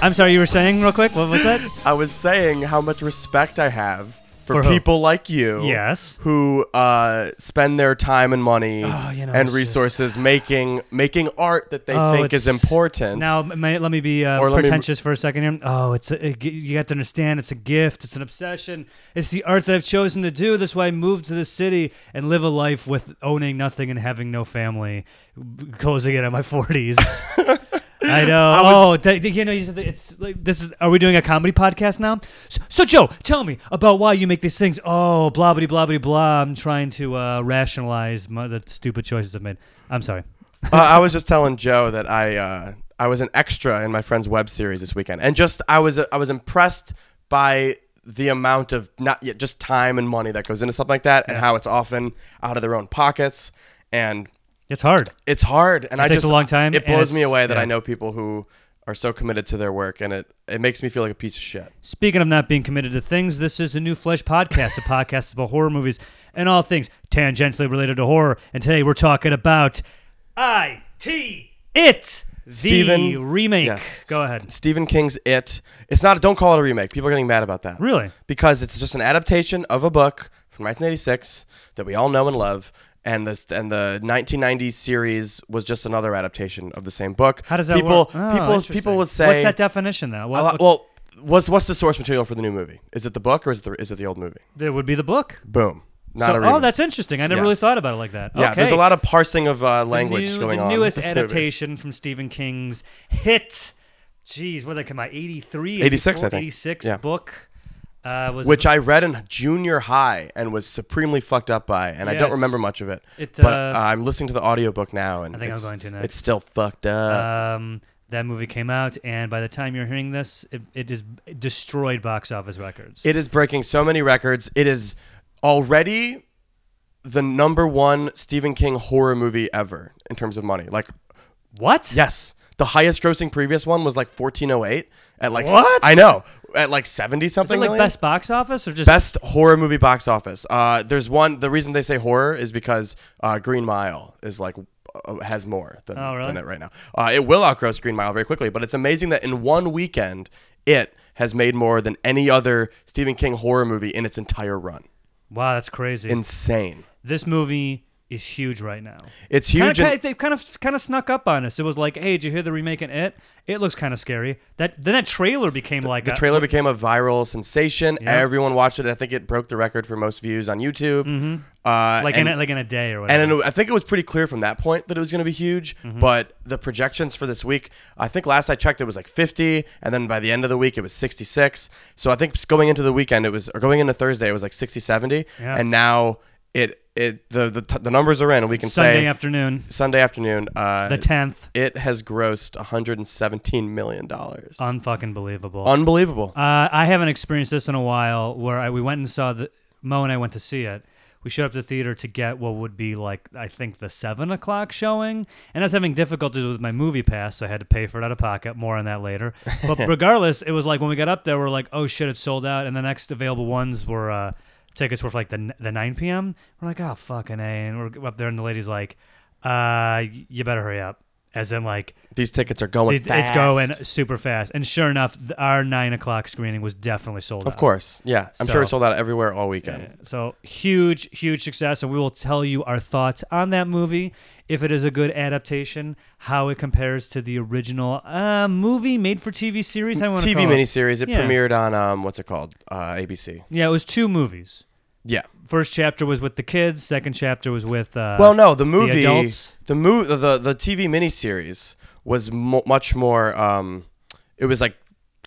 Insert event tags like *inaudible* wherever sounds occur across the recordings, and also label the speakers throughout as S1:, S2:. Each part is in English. S1: I'm sorry, you were saying real quick. What was that?
S2: I was saying how much respect I have for,
S1: For who?
S2: people like you.
S1: Yes.
S2: Who uh, spend their time and money
S1: Oh, you know,
S2: and
S1: it's
S2: resources making making art that they
S1: Oh,
S2: think is
S1: it's-
S2: important.
S1: Now, may, let me be uh,
S2: Or let me-
S1: pretentious for a second here. Oh, it's a, it- you got to understand. It's a gift. It's an obsession. It's the art that I've chosen to do. That's why I moved to the city and live a life with owning nothing and having no family, b- closing it at my
S2: *laughs*
S1: forties. I know. oh, that, you know, you said that it's like this is. Are we doing a comedy podcast now? So, so Joe, tell me about why you make these things. Oh, blah blah blah blah blah. I'm trying to uh, rationalize my, the stupid choices I've made. I'm sorry.
S2: uh, I was just telling Joe that I uh, I was an extra in my friend's web series this weekend, and just I was I was impressed by the amount of not yet just time and money that goes into something like that, and how it's often out of their own pockets, and
S1: It's hard.
S2: it's hard, and I
S1: takes
S2: just
S1: a long time,
S2: It
S1: and
S2: blows me
S1: it's-
S2: away that
S1: yeah.
S2: I know people who are so committed to their work, and it it makes me feel like a piece of shit.
S1: Speaking of not being committed to things, this is the New Flesh Podcast, a podcast about horror movies and all things tangentially related to horror. And today we're talking about I.T. It, the
S2: Stephen-
S1: remake.
S2: Yes.
S1: Go ahead.
S2: Stephen King's It. It's not. Don't call it a remake. People are getting mad about that.
S1: Really?
S2: Because it's just an adaptation of a book from 1986 that we all know and love, and the and the 1990s series was just another adaptation of the same book.
S1: How does that
S2: people,
S1: work? Oh,
S2: people,
S1: interesting.
S2: people would say.
S1: What's that definition, though? What,
S2: a lot- well, what's what's the source material for the new movie? Is it the book or is it the, is it the old movie?
S1: there would be the book.
S2: Boom. Not
S1: So-
S2: a remake.
S1: oh, that's interesting. I never really
S2: Yes.
S1: thought about it like that.
S2: yeah.
S1: okay.
S2: There's a lot of parsing of uh,
S1: The
S2: language
S1: new-
S2: going
S1: the
S2: on. with
S1: newest
S2: this movie.
S1: adaptation from Stephen King's hit. Jeez, what did that come out? 83?
S2: 86, I
S1: 84?
S2: think.
S1: 86
S2: Yeah.
S1: book. Uh, was
S2: which I read in junior high and was supremely fucked up by, and I
S1: Yeah,
S2: don't
S1: it's-
S2: remember much of it.
S1: it,
S2: but
S1: uh,
S2: I'm listening to the audiobook now, and
S1: I think I'm
S2: it's,
S1: going to next.
S2: It's still fucked up.
S1: um, that movie came out, and by the time you're hearing this, it, it is destroyed box office records.
S2: it is breaking so many records. It is already the number one Stephen King horror movie ever in terms of money. Like,
S1: what?
S2: yes, the highest grossing previous one was like 1408 at like s-
S1: What?
S2: I know at like 70
S1: Is it
S2: something.
S1: like
S2: million?
S1: best box office or just
S2: Best horror movie box office. Uh, there's one. The reason they say horror is because uh, Green Mile is like uh, has more than,
S1: Oh, really?
S2: than it right now. Uh, it will outgross Green Mile very quickly, but it's amazing that in one weekend, it has made more than any other Stephen King horror movie in its entire run.
S1: wow? That's crazy.
S2: Insane.
S1: this movie is huge right now.
S2: It's
S1: Kind
S2: huge.
S1: of,
S2: and-
S1: kind of, they kind of kind of snuck up on us. It was like, hey, did you hear the remake in it? It looks kind of scary. That then that trailer became like
S2: the
S1: a-
S2: trailer became a viral sensation.
S1: Yeah.
S2: Everyone watched it. I think it broke the record for most views on YouTube. Uh,
S1: Mm-hmm. like
S2: and-
S1: in a, like in a day or whatever.
S2: And then I think it was pretty clear from that point that it was going to be huge.
S1: Mm-hmm.
S2: But the projections for this week, I think last I checked, it was like 50, and then by the end of the week, it was 66. So I think going into the weekend, it was or going into Thursday, it was like 60, 70,
S1: Yeah.
S2: and now it it the the, t- the numbers are in, and we can
S1: Sunday
S2: say
S1: afternoon,
S2: Sunday afternoon. Uh,
S1: the tenth,
S2: it has grossed 117 million dollars.
S1: unfucking believable.
S2: Unbelievable.
S1: Uh, I haven't experienced this in a while. Where I, we went and saw the Mo and I went to see it. We showed up to the theater to get what would be like I think the seven o'clock showing, and I was having difficulties with my movie pass, so I had to pay for it out of pocket. More on that later. But regardless, it was like when we got up there, we are like, oh shit, it's sold out, and the next available ones were uh, tickets were for like the n- the nine p.m. We're like, oh fucking a, and we're up there, and the lady's like, uh, y- you better hurry up, as in like
S2: These tickets are going
S1: it-
S2: fast.
S1: It's going uh, super fast. And sure enough, th- our nine o'clock screening was definitely sold out.
S2: Of course, yeah. I'm
S1: So-
S2: sure it sold out everywhere all weekend.
S1: So huge, huge success. And we will tell you our thoughts on that movie, if it is a good adaptation, how it compares to the original uh, movie made for TV series. I want
S2: TV miniseries. It
S1: Yeah.
S2: premiered on um, what's it called? Uh, ABC.
S1: Yeah, it was two movies.
S2: Yeah.
S1: First chapter was with the kids. Second chapter was with. Uh,
S2: Well, no, the movie,
S1: adults?
S2: the, mo- the the TV miniseries was mo- much more. Um, it was like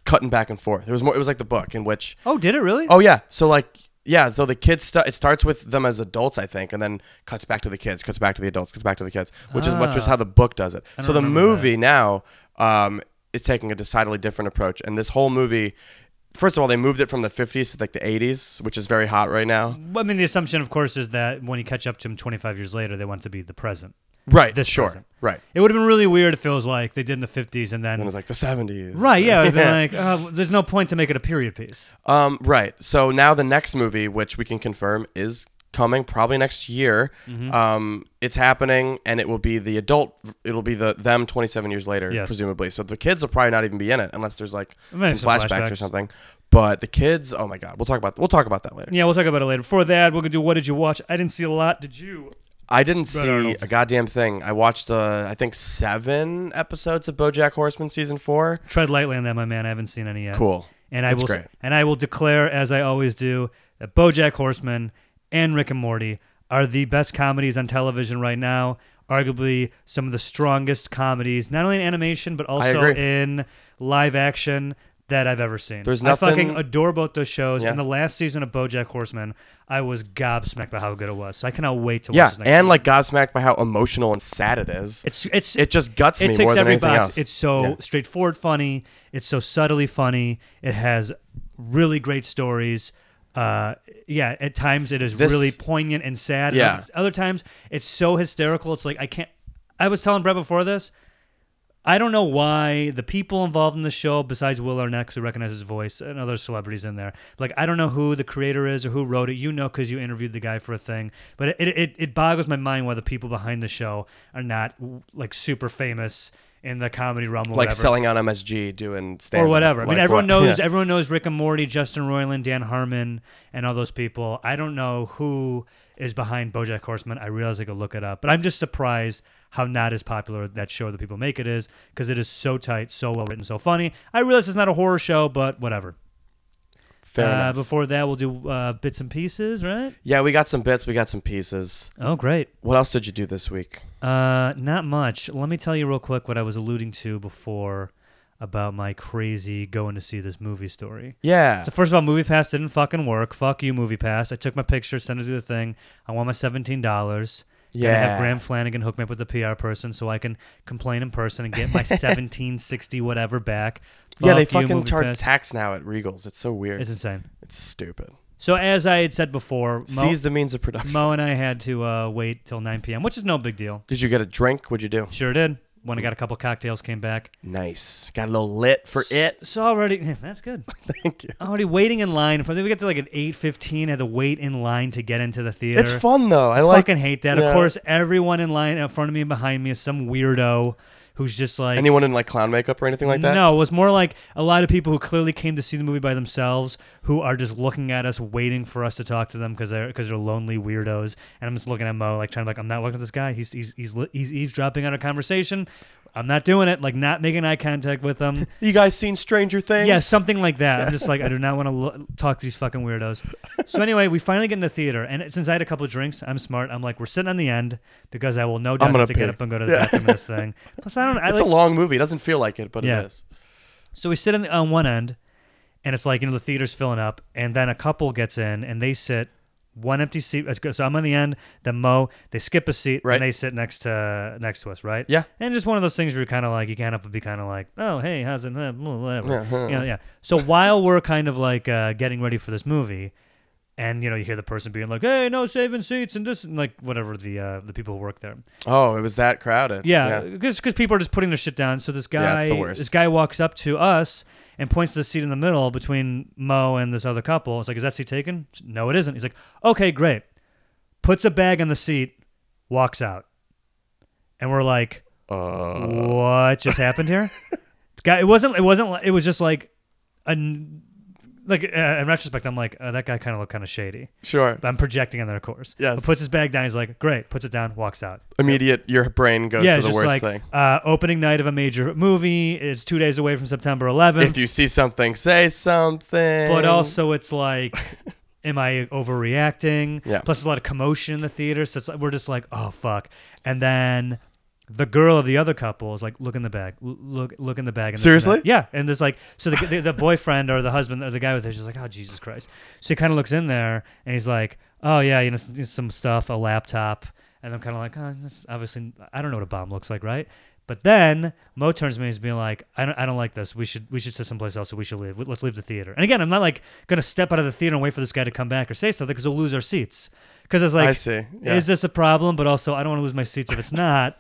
S2: cutting back and forth. It was more. It was like the book in which.
S1: Oh, did it really?
S2: Oh yeah. So like yeah. So the kids. Stu- it starts with them as adults, I think, and then cuts back to the kids, cuts back to the adults, cuts back to the kids, which is what
S1: Ah.
S2: just how the book does it.
S1: don't
S2: So the
S1: remember
S2: movie now um, is taking a decidedly different approach, and this whole movie. First of all, they moved it from the 50s to like the 80s, which is very hot right now.
S1: I mean, the assumption, of course, is that when you catch up to him 25 years later, they want it to be the present.
S2: Right.
S1: This
S2: sure.
S1: present.
S2: Right.
S1: It would have been really weird if it was like they did in the 50s and then
S2: And it was like the 70s.
S1: Right, yeah. I've been like, uh, there's no point to make it a period piece.
S2: Um, right. So now the next movie, which we can confirm, is coming probably next year.
S1: Mm-hmm.
S2: Um, it's happening, and it will be the adult. It'll be the them 27 years later,
S1: Yes.
S2: presumably. So the kids will probably not even be in it unless there's like some
S1: Maybe
S2: flashbacks,
S1: some
S2: or
S1: flashbacks.
S2: something. But the kids, oh my god, we'll talk about we'll talk about that later.
S1: Yeah, we'll talk about it later. Before that, we're gonna do what did you watch? I didn't see a lot. Did you?
S2: I didn't see
S1: Arnold.
S2: a goddamn thing. I watched uh, I think seven episodes of BoJack Horseman season four.
S1: Tread lightly on that, my man. I haven't seen any yet.
S2: Cool.
S1: And I
S2: That's
S1: will
S2: great.
S1: and I will declare, as I always do, that BoJack Horseman and Rick and Morty are the best comedies on television right now. Arguably some of the strongest comedies, not only in animation but also
S2: agree.
S1: in live action that I've ever seen.
S2: There's
S1: I fucking
S2: nothing-
S1: adore both those shows.
S2: Yeah.
S1: And the last season of BoJack Horseman, I was gobsmacked by how good it was. So I cannot wait to watch
S2: Yeah,
S1: this next
S2: and
S1: season.
S2: like Godsmacked by how emotional and sad it is.
S1: it's it's
S2: it just guts me
S1: it
S2: more
S1: takes
S2: than
S1: every
S2: anything
S1: box.
S2: else.
S1: It's so
S2: Yeah.
S1: straightforward, funny. It's so subtly funny. It has really great stories. Uh, yeah, at times it is
S2: This-
S1: really poignant and sad.
S2: Yeah.
S1: Oth- Other times it's so hysterical. It's like I can't. I was telling Brett before this. I don't know why the people involved in the show, besides Will Arnett, 'cause we recognize his voice, and other celebrities in there, like I don't know who the creator is or who wrote it. You know, because you interviewed the guy for a thing. But it, it it boggles my mind why the people behind the show are not like super famous in the comedy realm, or
S2: like
S1: whatever.
S2: selling out MSG, doing stand
S1: or whatever. I mean, everyone knows
S2: Yeah.
S1: everyone knows Rick and Morty, Justin Roiland, Dan Harmon, and all those people. I don't know who is behind BoJack Horseman. I realize I could look it up, but I'm just surprised how not as popular that show that people make it is because it is so tight, so well written, so funny. I realize it's not a horror show, but whatever.
S2: Fair
S1: Uh,
S2: enough.
S1: before that, we'll do uh, bits and pieces, right?
S2: yeah, we got some bits, we got some pieces.
S1: Oh, great.
S2: What else did you do this week?
S1: Uh, not much. Let me tell you real quick what I was alluding to before about my crazy going to see this movie story.
S2: Yeah,
S1: So first of all, Movie Pass didn't fucking work. Fuck you, Movie Pass. I took my picture, sent it to the thing. I want my seventeen dollars. I
S2: Yeah.
S1: have Graham Flanagan hook me up with the PR person so I can complain in person and
S2: *laughs*
S1: get my seventeen sixty whatever back.
S2: yeah, they
S1: Fuck you,
S2: fucking
S1: Movie
S2: charge
S1: Pass.
S2: tax now at Regals. It's so weird.
S1: It's
S2: It's,
S1: insane.
S2: stupid.
S1: So as I had said before, Mo,
S2: Seize the means of production.
S1: Mo and I had to uh, wait till nine p.m., which is no big deal.
S2: Did you get a drink? What'd you do?
S1: Sure did. When I got a couple cocktails, came back.
S2: Nice. Got a little lit for it. *laughs*
S1: So already, *laughs* that's good.
S2: Thank you.
S1: Already waiting in line. For, I think we got to like an eight fifteen. Had to wait in line to get into the theater.
S2: It's fun though. I like
S1: fucking hate that.
S2: yeah.
S1: Of course, everyone in line in front of me and behind me is some weirdo who's just like.
S2: anyone in like clown makeup or anything like that.
S1: No, it was more like a lot of people who clearly came to see the movie by themselves, who are just looking at us, waiting for us to talk to them because they're because they're lonely weirdos. And I'm just looking at Mo, like trying to like, I'm not looking at this guy. He's he's he's, li- he's eavesdropping on a conversation. I'm not doing it. Like not making eye contact with them.
S2: You guys seen Stranger Things?
S1: Yeah, something like that. I'm just like, I do not want to lo- talk to these fucking weirdos. So anyway, we finally get in the theater, and since I had a couple of drinks, I'm smart. I'm like, we're sitting on the end because I will no doubt
S2: gonna
S1: have to get
S2: pee.
S1: up and go to the bathroom in this
S2: *laughs*
S1: thing. Plus, I don't. I
S2: It's
S1: like,
S2: a long movie. It doesn't feel like it, but
S1: Yeah.
S2: it is.
S1: so we sit on, the, on one end, and it's like you know the theater's filling up, and then a couple gets in and they sit one empty seat. That's good. So I'm on the end. Then Mo, they skip a seat
S2: Right.
S1: and they sit next to next to us, right?
S2: Yeah.
S1: And just one of those things where you're kind of like you can't help but be kind of like, oh hey, how's it? Uh, Whatever.
S2: Yeah.
S1: You know, yeah. So while we're kind of like uh, getting ready for this movie. And you know you hear the person being like, "Hey, no saving seats," and this, and like whatever the uh, the people who work there.
S2: Oh, it was that crowded.
S1: Yeah, because people are just putting their shit down. So this
S2: Yeah, it's
S1: guy,
S2: the worst.
S1: this guy walks up to us and points to the seat in the middle between Mo and this other couple. It's like, is that seat taken? No, it isn't. He's like, okay, great. Puts a bag on the seat, walks out, and we're like,
S2: Uh,
S1: what just happened here? guy, it wasn't. It wasn't. li- It was just like, a, n- like uh, in retrospect, I'm like, uh, that guy kind of looked kind of shady.
S2: sure.
S1: But I'm projecting on their course.
S2: Yes.
S1: But puts his bag down. He's like, great. Puts it down. Walks out
S2: Immediate, your brain goes
S1: yeah,
S2: to
S1: it's
S2: the
S1: just like
S2: worst thing.
S1: Uh, opening night of a major movie. It's two days away from September 11th,
S2: If you see something, say something.
S1: but also it's like, *laughs* am I overreacting?
S2: Yeah.
S1: Plus, there's a lot of commotion in the theater, so it's like, we're just like, oh fuck. And then the girl of the other couple is like, look in the bag, L- look look in the bag. And this and that.
S2: Seriously?
S1: yeah. And there's like, so the, the, the boyfriend or the husband or the guy with her is just like, oh Jesus Christ. So he kind of looks in there and he's like, oh yeah, you know, some, some stuff, a laptop. And I'm kind of like, oh, that's obviously, I don't know what a bomb looks like, right? But then Mo turns to me and is being like, I don't, I don't like this. We should, we should sit someplace else. So we should leave. Let's leave the theater. And again, I'm not like gonna step out of the theater and wait for this guy to come back or say something because we'll lose our seats. Because it's like,
S2: I see. Yeah.
S1: is this a problem? But also, I don't want to lose my seats if it's not.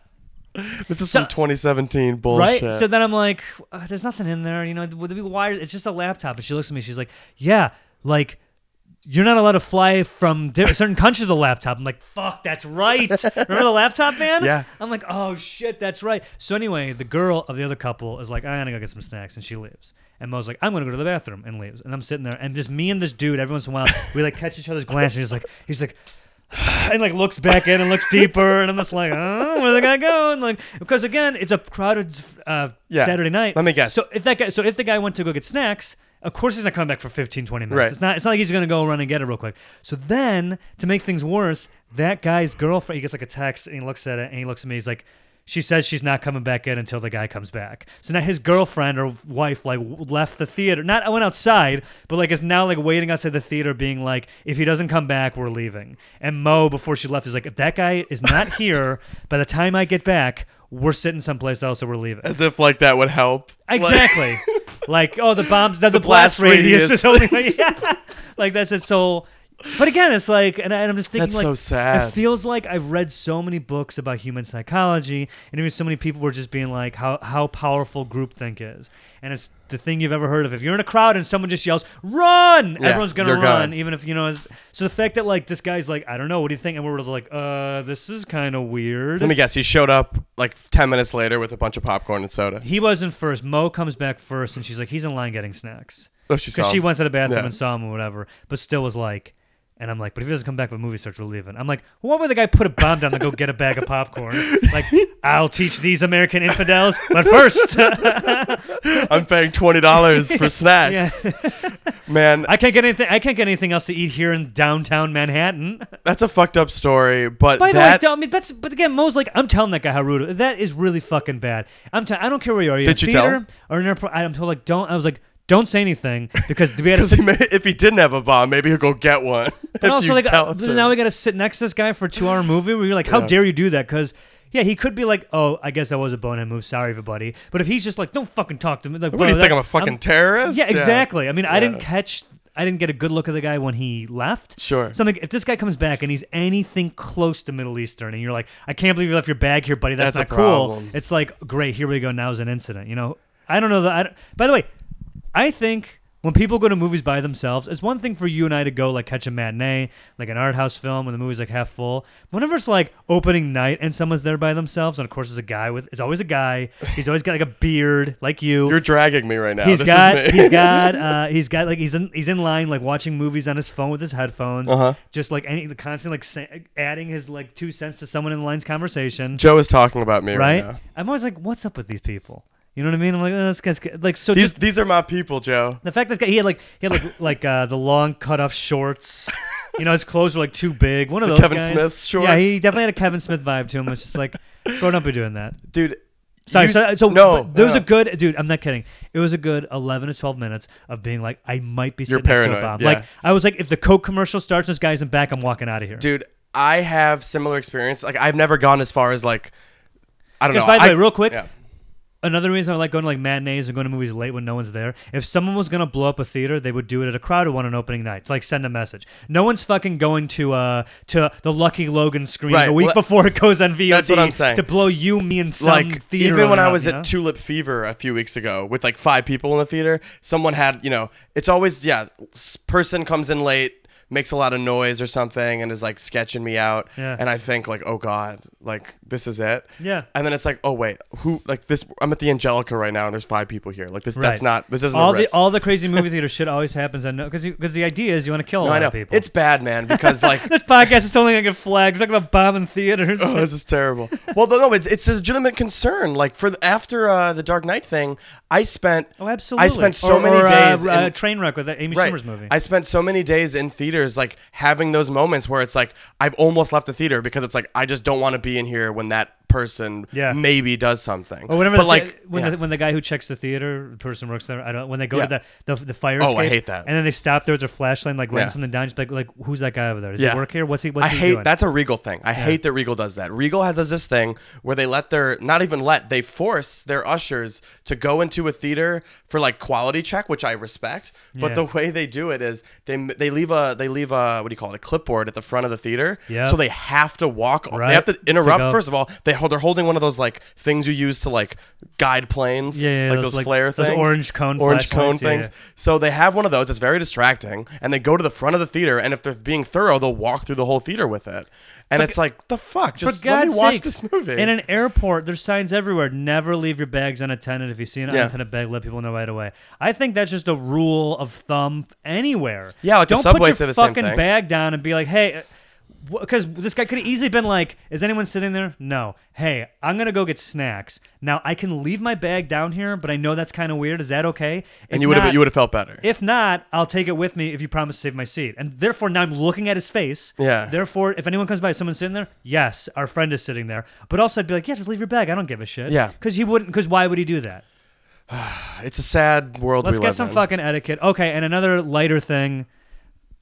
S2: this is
S1: so-
S2: some 2017 bullshit.
S1: Right. So then I'm like, uh, there's nothing in there. You know, would it be wired? It's just a laptop. And she looks at me. She's like, yeah, like you're not allowed to fly from di- *laughs* certain countries with a laptop. I'm like, fuck, that's
S2: *laughs*
S1: right. Remember the laptop man?
S2: Yeah.
S1: I'm like, oh shit, that's right. So anyway, the girl of the other couple is like, I'm gonna go get some snacks, and she leaves. And Mo's like, I'm gonna go to the bathroom, and leaves. And I'm sitting there, and just me and this dude. Every once in a while, we like catch each other's glance, and he's like, he's like. *sighs* And like looks back in and
S2: *laughs*
S1: looks deeper, and I'm just like, oh, where they gonna go? And like, because again, it's a crowded uh,
S2: Yeah.
S1: Saturday night.
S2: Let me guess.
S1: So if that guy, so if the guy went to go get snacks, of course he's not coming back for 15, 20 minutes.
S2: Right.
S1: It's not. It's not like he's gonna go run and get it real quick. So then, to make things worse, that guy's girlfriend, he gets like a text and he looks at it and he looks at me. He's like, she says she's not coming back in until the guy comes back. So now his girlfriend or wife like w- left the theater. Not I went outside, but like is now like waiting outside the theater, being like, if he doesn't come back, we're leaving. And Mo, before she left, is like, if that guy is not *laughs* here by the time I get back. We're sitting someplace else, or we're leaving.
S2: As if like that would help. *laughs*
S1: Exactly. like, oh, the bombs, the, the blast,
S2: blast
S1: radius,
S2: radius.
S1: is only like, *laughs* yeah. like that's it. So, but again, it's like, and, I, and I'm just thinking,
S2: That's
S1: like,
S2: so sad.
S1: It feels like I've read so many books about human psychology, and even so many people were just being like, how how powerful groupthink is, and it's the thing you've ever heard of. If you're in a crowd and someone just yells, "Run!"
S2: Yeah,
S1: Everyone's gonna
S2: you're
S1: run,
S2: gone.
S1: even if you know. it's- So the fact that like this guy's like, I don't know, what do you think? And we're just like, uh, this is kind of weird.
S2: Let me guess. He showed up like 10 minutes later with a bunch of popcorn and soda.
S1: he wasn't first. Mo comes back first, and she's like, he's in line getting snacks.
S2: Oh, she
S1: because
S2: saw
S1: she
S2: him.
S1: went to the bathroom
S2: Yeah.
S1: and saw him or whatever, but still was like, and I'm like, but if he doesn't come back with movie search, we're leaving. I'm like, well, why would the guy put a bomb down to go get a bag of
S2: *laughs*
S1: popcorn? Like, I'll teach these American infidels, but first, *laughs*
S2: I'm paying $20 for snacks.
S1: yeah,
S2: Man,
S1: I can't get anything. I can't get anything else to eat here in downtown Manhattan.
S2: that's a fucked up story, but
S1: By the way,
S2: that
S1: don't- I mean that's. But again, Mo's like, I'm telling that guy how rude. That is really fucking bad. I'm. T- I am I do not care where you are. You're
S2: Did
S1: in
S2: you tell
S1: theater
S2: him?
S1: Or in airport. I'm told like, don't. I was like, don't say anything because we had a
S2: *laughs* 'cause he may- if he didn't have a bomb, maybe he'll go get one.
S1: But
S2: *laughs* If
S1: also,
S2: you
S1: like,
S2: tell
S1: uh,
S2: him to.
S1: now we got to sit next to this guy for a two-hour movie. Where you're like, how dare you do that? Because yeah, he could be like, oh, I guess that was a bonehead move. Sorry, everybody. But if he's just like, don't fucking talk to me. Like,
S2: what do
S1: bro,
S2: you think?
S1: that-
S2: I'm a fucking terrorist?
S1: yeah, exactly. I mean, I didn't
S2: Yeah.
S1: catch. I didn't get a good look at the guy when he left.
S2: Sure.
S1: So I'm like, if this guy comes back and he's anything close to Middle Eastern, and you're like, I can't believe you left your bag here, buddy. That's,
S2: That's
S1: not
S2: a
S1: cool.
S2: problem.
S1: It's like, great, here we go. Now's an incident. You know, I don't know that. I don't, by the way, I think when people go to movies by themselves, it's one thing for you and I to go like catch a matinee, like an art house film, when the movie's like half full. Whenever it's like opening night and someone's there by themselves, and of course it's a guy with, it's always a guy. He's always got like a beard, like you.
S2: You're dragging me right now.
S1: He's
S2: this
S1: got
S2: is me. *laughs*
S1: he's got uh, he's got like he's in he's in line like watching movies on his phone with his headphones,
S2: Uh-huh.
S1: just like any the constant like sa- adding his like two cents to someone in the line's conversation,
S2: Joe is talking about me right,
S1: right?
S2: now.
S1: I'm always like, what's up with these people? You know what I mean? I'm like, oh, this guy's like so.
S2: These
S1: just-
S2: these are my people, Joe.
S1: the fact this guy he had like he had like *laughs* like uh, the long cut off shorts. You know his clothes were like too big. One of those
S2: Kevin
S1: guys.
S2: Smith shorts.
S1: Yeah, he definitely had a Kevin Smith vibe to him. It's just
S2: *laughs*
S1: like, bro, don't be doing that.
S2: Dude.
S1: Sorry,
S2: you-
S1: so, so
S2: no,
S1: but there was
S2: no.
S1: a good dude. I'm not kidding. It was a good 11 to 12 minutes of being like, I might be
S2: You're
S1: sitting next to a
S2: paranoid,
S1: bomb.
S2: yeah.
S1: Like I was like, if the Coke commercial starts, this guy's in back. I'm walking out of here.
S2: dude. I have similar experience. Like I've never gone as far as like I don't know.
S1: Because by the
S2: I-
S1: way, real quick,
S2: yeah.
S1: another reason I like going to like matinees and going to movies late when no one's there. If someone was gonna blow up a theater, they would do it at a crowded one on opening night. To, like send a message. No one's fucking going to uh to the Lucky Logan screen
S2: Right,
S1: a week
S2: well,
S1: before it goes on VOD.
S2: that's what I'm saying.
S1: To blow you, me, and some
S2: like
S1: theater.
S2: even when
S1: owner
S2: I
S1: up,
S2: was
S1: you
S2: at
S1: know?
S2: Tulip Fever a few weeks ago with like five people in the theater, someone had you know it's always yeah s- person comes in late makes a lot of noise or something and is like sketching me out
S1: Yeah.
S2: and I think like oh god like this is it
S1: Yeah.
S2: and then it's like oh wait who like this I'm at the Angelica right now and there's five people here like this that's
S1: Right.
S2: not this isn't
S1: all
S2: a risk.
S1: the all the crazy movie theater shit always happens. I know because because the idea is you want to kill a
S2: No, I
S1: lot
S2: know
S1: of people.
S2: it's bad man because
S1: *laughs*
S2: like
S1: this podcast is totally gonna get flagged. We're talking about bombing theaters.
S2: *laughs* Oh, this is terrible. Well, no, no, it's, it's a legitimate concern. Like for the, after uh, the Dark Knight thing, I spent
S1: oh, absolutely.
S2: I spent so
S1: Or-
S2: many
S1: or, uh,
S2: days
S1: Uh,
S2: in-
S1: Trainwreck with that Amy Schumer's movie.
S2: I spent so many days in theaters, like having those moments where it's like I've almost left the theater because it's like I just don't want to be in here when that person
S1: Yeah.
S2: maybe does something.
S1: or whenever,
S2: but
S1: the,
S2: like
S1: like when
S2: yeah.
S1: the, when the guy who checks the theater, the person works there. I don't. When they go
S2: Yeah.
S1: to the, the the fire
S2: Oh, I
S1: escape,
S2: hate that.
S1: And then they stop there with their flashlight, and, like writing
S2: Yeah.
S1: something down. Just like like who's that guy over there? Does
S2: Yeah.
S1: he work here? What's he? What's
S2: I
S1: he
S2: hate
S1: doing?
S2: that's a Regal thing. I hate that Regal does that. Regal has does this thing where they let their not even let they force their ushers to go into a theater for like quality check, which I respect. But
S1: Yeah.
S2: the way they do it is they they leave a they leave a what do you call it a clipboard at the front of the theater,
S1: Yep.
S2: so they have to walk. They
S1: Right.
S2: have to interrupt.
S1: go.
S2: First of all, they hold. They're holding one of those like things you use to like guide planes.
S1: Yeah, yeah,
S2: like
S1: those,
S2: those,
S1: like,
S2: flare
S1: those
S2: things.
S1: orange cone
S2: orange cone
S1: flashlights, yeah,
S2: things. So they have one of those. It's very distracting, and they go to the front of the theater. And if they're being through, they'll walk through the whole theater with it. And it's like the fuck. Just
S1: For
S2: let
S1: God's
S2: me watch
S1: sakes,
S2: this movie.
S1: In an airport, there's signs everywhere. Never leave your bags unattended. If you see an
S2: Yeah.
S1: unattended bag, let people know right away. I think that's just a rule of thumb anywhere.
S2: Yeah, like the
S1: don't
S2: subway
S1: put
S2: say
S1: your
S2: the same
S1: fucking
S2: thing.
S1: bag down and be like, hey. Because this guy could have easily been like, "Is anyone sitting there?" No. Hey, I'm gonna go get snacks. Now I can leave my bag down here, but I know that's kind of weird. Is that okay?
S2: and you would have you would have felt better.
S1: If not, I'll take it with me if you promise to save my seat. And therefore, now I'm looking at his face.
S2: Yeah.
S1: Therefore, if anyone comes by, someone's sitting there. Yes, our friend is sitting there. But also, I'd be like, yeah, just leave your bag. I don't give a shit.
S2: Yeah.
S1: Because he wouldn't. Because why would he do that?
S2: it's a sad world.
S1: Let's
S2: we
S1: get
S2: live
S1: some
S2: in.
S1: fucking etiquette. Okay. And another lighter thing.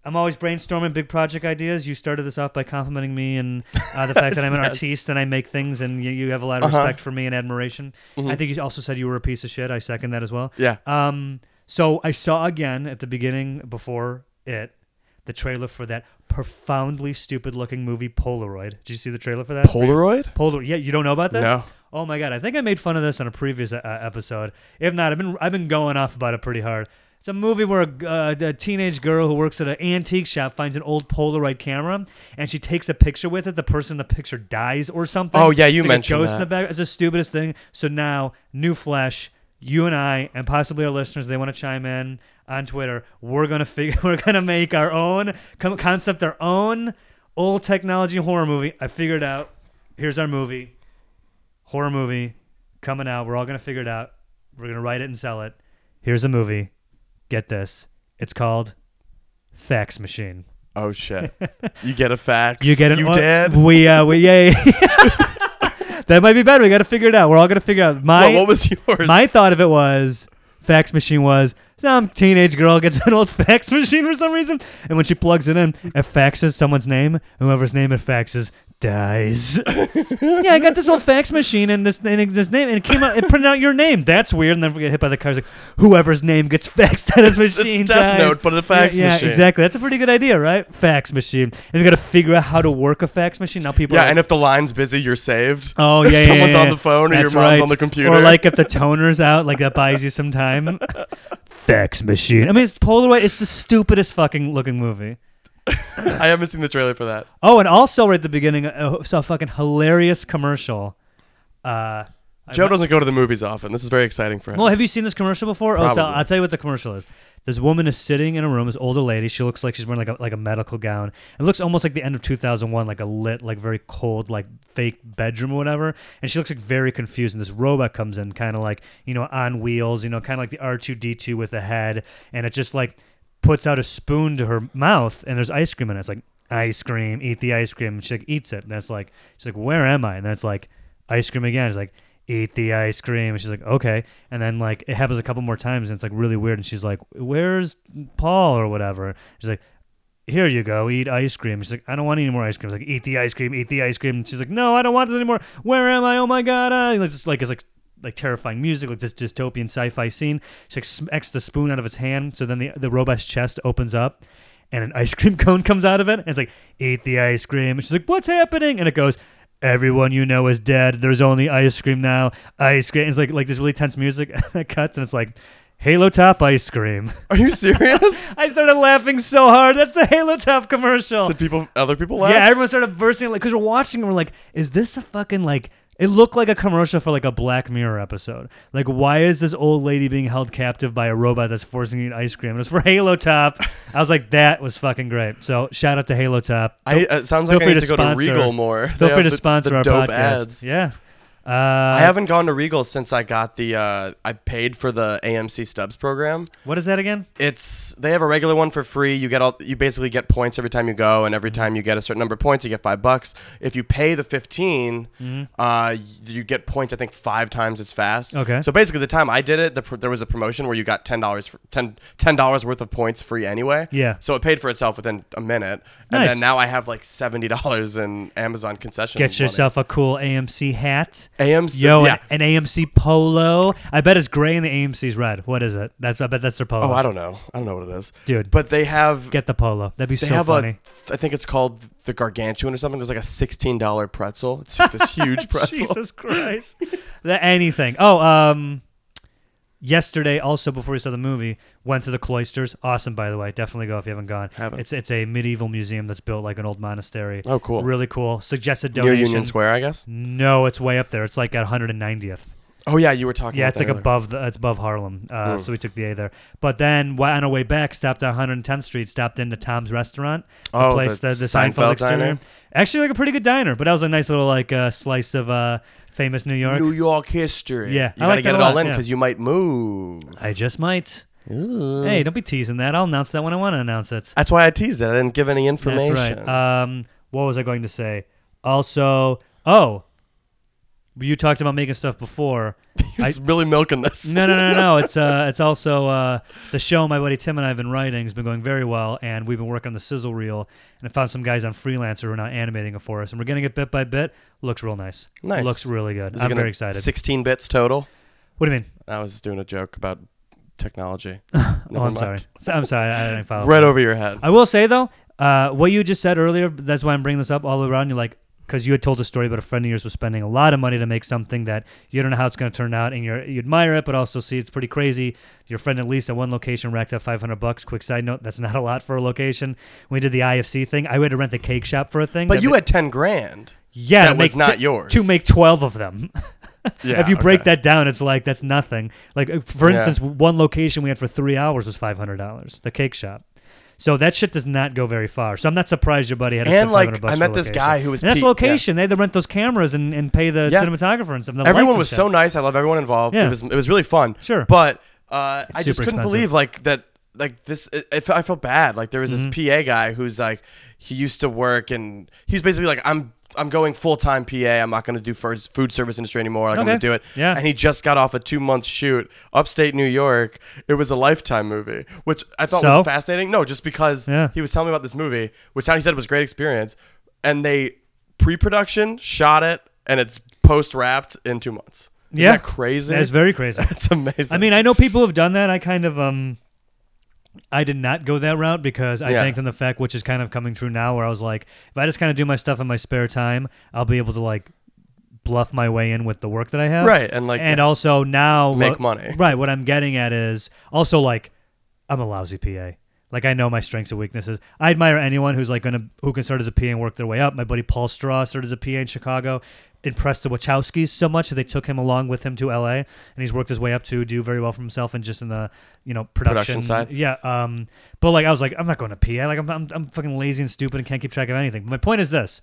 S1: I'm always brainstorming big project ideas. You started this off by complimenting me and uh,
S2: *laughs*
S1: the fact that I'm an artiste and I make things, and you, you have a lot
S2: Uh-huh.
S1: of respect for me and admiration.
S2: Mm-hmm.
S1: I think you also said you were a piece of shit. I second that as well.
S2: Yeah.
S1: *laughs* Um, so I saw again at the beginning before it the trailer for that profoundly stupid looking movie Polaroid. Did you see the trailer for that?
S2: Polaroid.
S1: Polaroid. Yeah, you don't know about this?
S2: No.
S1: Oh my god, I think I made fun of this on a previous uh, episode. If not, I've been I've been going off about it pretty hard. It's a movie where a, uh, a teenage girl who works at an antique shop finds an old Polaroid camera, and she takes a picture with it. The person in the picture dies or something.
S2: Oh, yeah, you
S1: It's like a
S2: mentioned
S1: ghost in
S2: that.
S1: the back. It's the stupidest thing. So now, new flesh. You and I, and possibly our listeners, they want to chime in on Twitter. We're gonna figure. *laughs* We're gonna make our own com- concept, our own old technology horror movie. I figured out. Here's our movie horror movie coming out. We're all gonna figure it out. We're gonna write it and sell it. Here's a movie. Get this. It's called Fax Machine. *laughs*
S2: Oh shit. you get a fax.
S1: You get it.
S2: You
S1: oh,
S2: did.
S1: We uh, we yeah. *laughs* yeah. that might be better. We gotta figure it out. We're all gonna figure out. My
S2: Well, what was yours?
S1: my thought of it was fax machine was some teenage girl gets an old *laughs* fax machine for some reason, and when she plugs it in, it faxes someone's name, and whoever's name it faxes dies. *laughs* yeah, I got this old fax machine and this and this name, and it came out, it printed out your name. That's weird. And then we get hit by the car. It's like whoever's name gets *laughs* faxed at his
S2: It's- it's
S1: machine.
S2: Death
S1: dies.
S2: Note, but a fax
S1: yeah, yeah,
S2: machine.
S1: exactly. That's a pretty good idea, right? Fax machine. And you got to figure out how to work a fax machine. Now people,
S2: yeah,
S1: are like,
S2: and if the line's busy, you're saved.
S1: Oh
S2: *laughs* If
S1: yeah, yeah,
S2: someone's
S1: yeah,
S2: on
S1: yeah.
S2: the phone or your
S1: That's
S2: mom's
S1: right.
S2: on the computer.
S1: or like if the toner's out, like that buys you some time. Fax machine. I mean, it's Polaroid. It's the stupidest fucking looking movie.
S2: *laughs* I haven't seen the trailer for that.
S1: Oh, and also right at the beginning, uh, I saw a fucking hilarious commercial. Uh, I
S2: Joe
S1: went-
S2: doesn't go to the movies often. This is very exciting for him.
S1: Well, have you seen this commercial before? Oh, so
S2: Probably.
S1: I'll tell you what the commercial is. This woman is sitting in a room. This older lady. She looks like she's wearing like a, like a medical gown. It looks almost like the end of 2001, like a lit, like very cold, like fake bedroom or whatever. And she looks like very confused. And this robot comes in, kind of like you know on wheels, you know, kind of like the R2D2 with a head, and it just like puts out a spoon to her mouth, and there's ice cream in it. It's like ice cream, eat the ice cream. And she like eats it, and that's like she's like, where am I? And that's like ice cream again. It's like eat the ice cream. And she's like, okay. And then like it happens a couple more times and it's like really weird. And she's like, where's Paul or whatever? She's like, here you go, eat ice cream. She's like, I don't want any more ice cream. It's like, eat the ice cream, eat the ice cream. And she's like, no, I don't want this anymore. Where am I? Oh my God. Uh, and it's just like, it's like, like terrifying music, like this dystopian sci-fi scene. She like smacks the spoon out of its hand. So then the, the robot's chest opens up and an ice cream *laughs* cone comes out of it. And it's like, eat the ice cream. And she's like, what's happening? And it goes, everyone you know is dead. There's only ice cream now. Ice cream. It's like like this really tense music *laughs* that cuts, and it's like Halo Top ice cream. *laughs*
S2: Are you serious?
S1: I started laughing so hard. That's the Halo Top commercial.
S2: *laughs* Did people, other people laugh?
S1: Yeah, everyone started bursting like because we're watching. And we're like, is this a fucking like? It looked like a commercial for like a Black Mirror episode. Like, why is this old lady being held captive by a robot that's forcing you to eat ice cream? And it was for *laughs* Halo Top. I was like, that was fucking great. So shout out to Halo Top.
S2: I, uh, it sounds
S1: Feel
S2: like I
S1: free
S2: need
S1: to
S2: to go to
S1: sponsor-
S2: Regal more. They
S1: Feel
S2: have
S1: free to
S2: the-
S1: sponsor
S2: the
S1: our
S2: dope
S1: podcast.
S2: ads.
S1: Yeah. Uh,
S2: I haven't gone to Regal since I got the. Uh, I paid for the AMC Stubbs program.
S1: What is that again?
S2: It's they have a regular one for free. You get all you basically get points every time you go, and
S1: Mm-hmm.
S2: every time you get a certain number of points, you get five bucks. If you pay the 15
S1: Mm-hmm.
S2: uh, you get points. I think five times as fast.
S1: Okay.
S2: So basically, the time I did it, the, pr- there was a promotion where you got ten dollars, ten dollars worth of points free anyway.
S1: Yeah.
S2: So it paid for itself within a minute, and
S1: Nice.
S2: then now I have like seventy dollars in Amazon concession.
S1: Get yourself a cool AMC hat.
S2: AM's
S1: Yo,
S2: yeah.
S1: an, an AMC polo. I bet it's gray and the AMC's red. What is it? That's I bet that's their polo.
S2: Oh, I don't know. I don't know what it is.
S1: Dude.
S2: But they have
S1: Get the polo. That'd be
S2: they
S1: so
S2: have
S1: funny.
S2: a I think it's called the gargantuan or something. There's like a sixteen dollar pretzel. It's
S1: *laughs*
S2: this huge pretzel.
S1: Jesus Christ. The- anything. Oh, um, yesterday also before we saw the movie, went to the cloisters. Awesome, by the way. Definitely go if you haven't gone.
S2: Haven't.
S1: It's it's a medieval museum that's built like an old monastery.
S2: Oh, cool.
S1: Really cool. Suggested
S2: Near
S1: donation.
S2: Union Square, I guess.
S1: No, it's way up there. It's like at 190th.
S2: Oh yeah, you were
S1: Mm-hmm.
S2: talking.
S1: Yeah,
S2: about
S1: it's
S2: that
S1: like
S2: earlier.
S1: above the, it's above Harlem. Uh,
S2: Mm.
S1: So we took the A there. But then wa- on our way back, stopped at 110th Street, stopped into Tom's Restaurant, the
S2: Oh,
S1: place
S2: the
S1: the, the
S2: Seinfeld
S1: Seinfeld, exterior.
S2: diner?
S1: Actually, like a pretty good diner, but that was a nice little like uh, slice of uh, famous New York.
S2: New York history.
S1: Yeah,
S2: you
S1: I
S2: gotta
S1: like
S2: get
S1: that
S2: it
S1: a
S2: all
S1: lot,
S2: in
S1: yeah.
S2: because you might move.
S1: I just might. Hey, don't be teasing that. I'll announce that when I want to announce it.
S2: That's why I teased it. I didn't give any information.
S1: That's
S2: *laughs*
S1: right. Um, what was I going to say? Also, oh, you talked about making stuff before.
S2: You're
S1: I-
S2: just really milking this.
S1: No, no, no, no, no. It's uh, it's also uh, the show my buddy Tim and I have been writing has been going very well, and we've been working on the sizzle reel, and I found some guys on Freelancer who are now animating it for us, and we're getting it bit by bit. Looks real nice.
S2: Nice.
S1: Looks really good.
S2: Is it
S1: I'm
S2: gonna-
S1: very excited.
S2: Sixteen bits total.
S1: What do you mean?
S2: I was doing a joke about technology.
S1: *laughs* oh, I'm sorry. Um, So- I'm sorry. I didn't follow.
S2: Right over your head.
S1: I will say though, uh, what you just said earlier. That's why I'm bringing this up all around. You're like. Because you had told a story about a friend of yours was spending a lot of money to make something that you don't know how it's going to turn out, and you're, you admire it, but also see it's pretty crazy. Your friend at least at one location racked up 500 bucks. Quick side note: that's not a lot for a location. When we did the IFC thing, I had to rent the cake shop for a thing.
S2: But
S1: that
S2: you
S1: ma-
S2: had ten grand.
S1: yeah,
S2: that
S1: to
S2: was
S1: make
S2: not
S1: t-
S2: yours.
S1: to make 12 of them.
S2: Yeah,
S1: if you break
S2: okay.
S1: that down, it's like that's nothing. Like uh, for
S2: Yeah.
S1: instance, one location we had for three hours was five hundred dollars. The cake shop. So that shit does not go very far. So I'm not surprised your buddy had. to
S2: And,
S1: spend
S2: like,
S1: 500 bucks
S2: I
S1: for
S2: met
S1: a
S2: this
S1: location.
S2: guy who was
S1: And that's
S2: Pete-
S1: location. They had to rent those cameras and, and pay the
S2: Yeah.
S1: cinematographer and stuff. and the lights
S2: Everyone
S1: and
S2: was
S1: shit.
S2: so nice. I love everyone involved. It
S1: Yeah.
S2: was it was really fun.
S1: Sure.
S2: But uh, I just
S1: super
S2: couldn't
S1: expensive.
S2: believe like that like this it, it, fe- I felt bad. Like there was
S1: Mm-hmm.
S2: this PA guy who's like he used to work and he's basically like I'm I'm going full time PA. I'm not going to do first food service industry anymore. Like I'm
S1: Okay.
S2: going to do it.
S1: Yeah.
S2: And he just got off a two month shoot upstate New York. It was a Lifetime movie, which I thought
S1: So?
S2: was fascinating. No, just because
S1: Yeah.
S2: he was telling me about this movie, which he said was a great experience, and they pre-production shot it and it's post-wrapped in two months. Isn't
S1: Yeah.
S2: that crazy?
S1: That's very crazy.
S2: *laughs* That's amazing.
S1: I mean, I know people have done that. I kind of um, I did not go that route because I
S2: Yeah.
S1: think in the fact which is kind of coming true now, where I was like, if I just kind of do my stuff in my spare time, I'll be able to like bluff my way in with the work that I have,
S2: Right, and, like,
S1: uh, and also now
S2: make
S1: what-
S2: money.
S1: *laughs* right? What I'm getting at is also like I'm a lousy PA. Like I know my strengths and weaknesses. I admire anyone who's like gonna who can start as a PA and work their way up. My buddy Paul Straw started as a PA in Chicago, impressed the Wachowskis so much that they took him along with him to LA, and he's worked his way up to do very well for himself and just in the you know production,
S2: Production side.
S1: Yeah. Um. But like I was like I'm not going to PA. Like I'm I'm, I'm fucking lazy and stupid and can't keep track of anything. But my point is this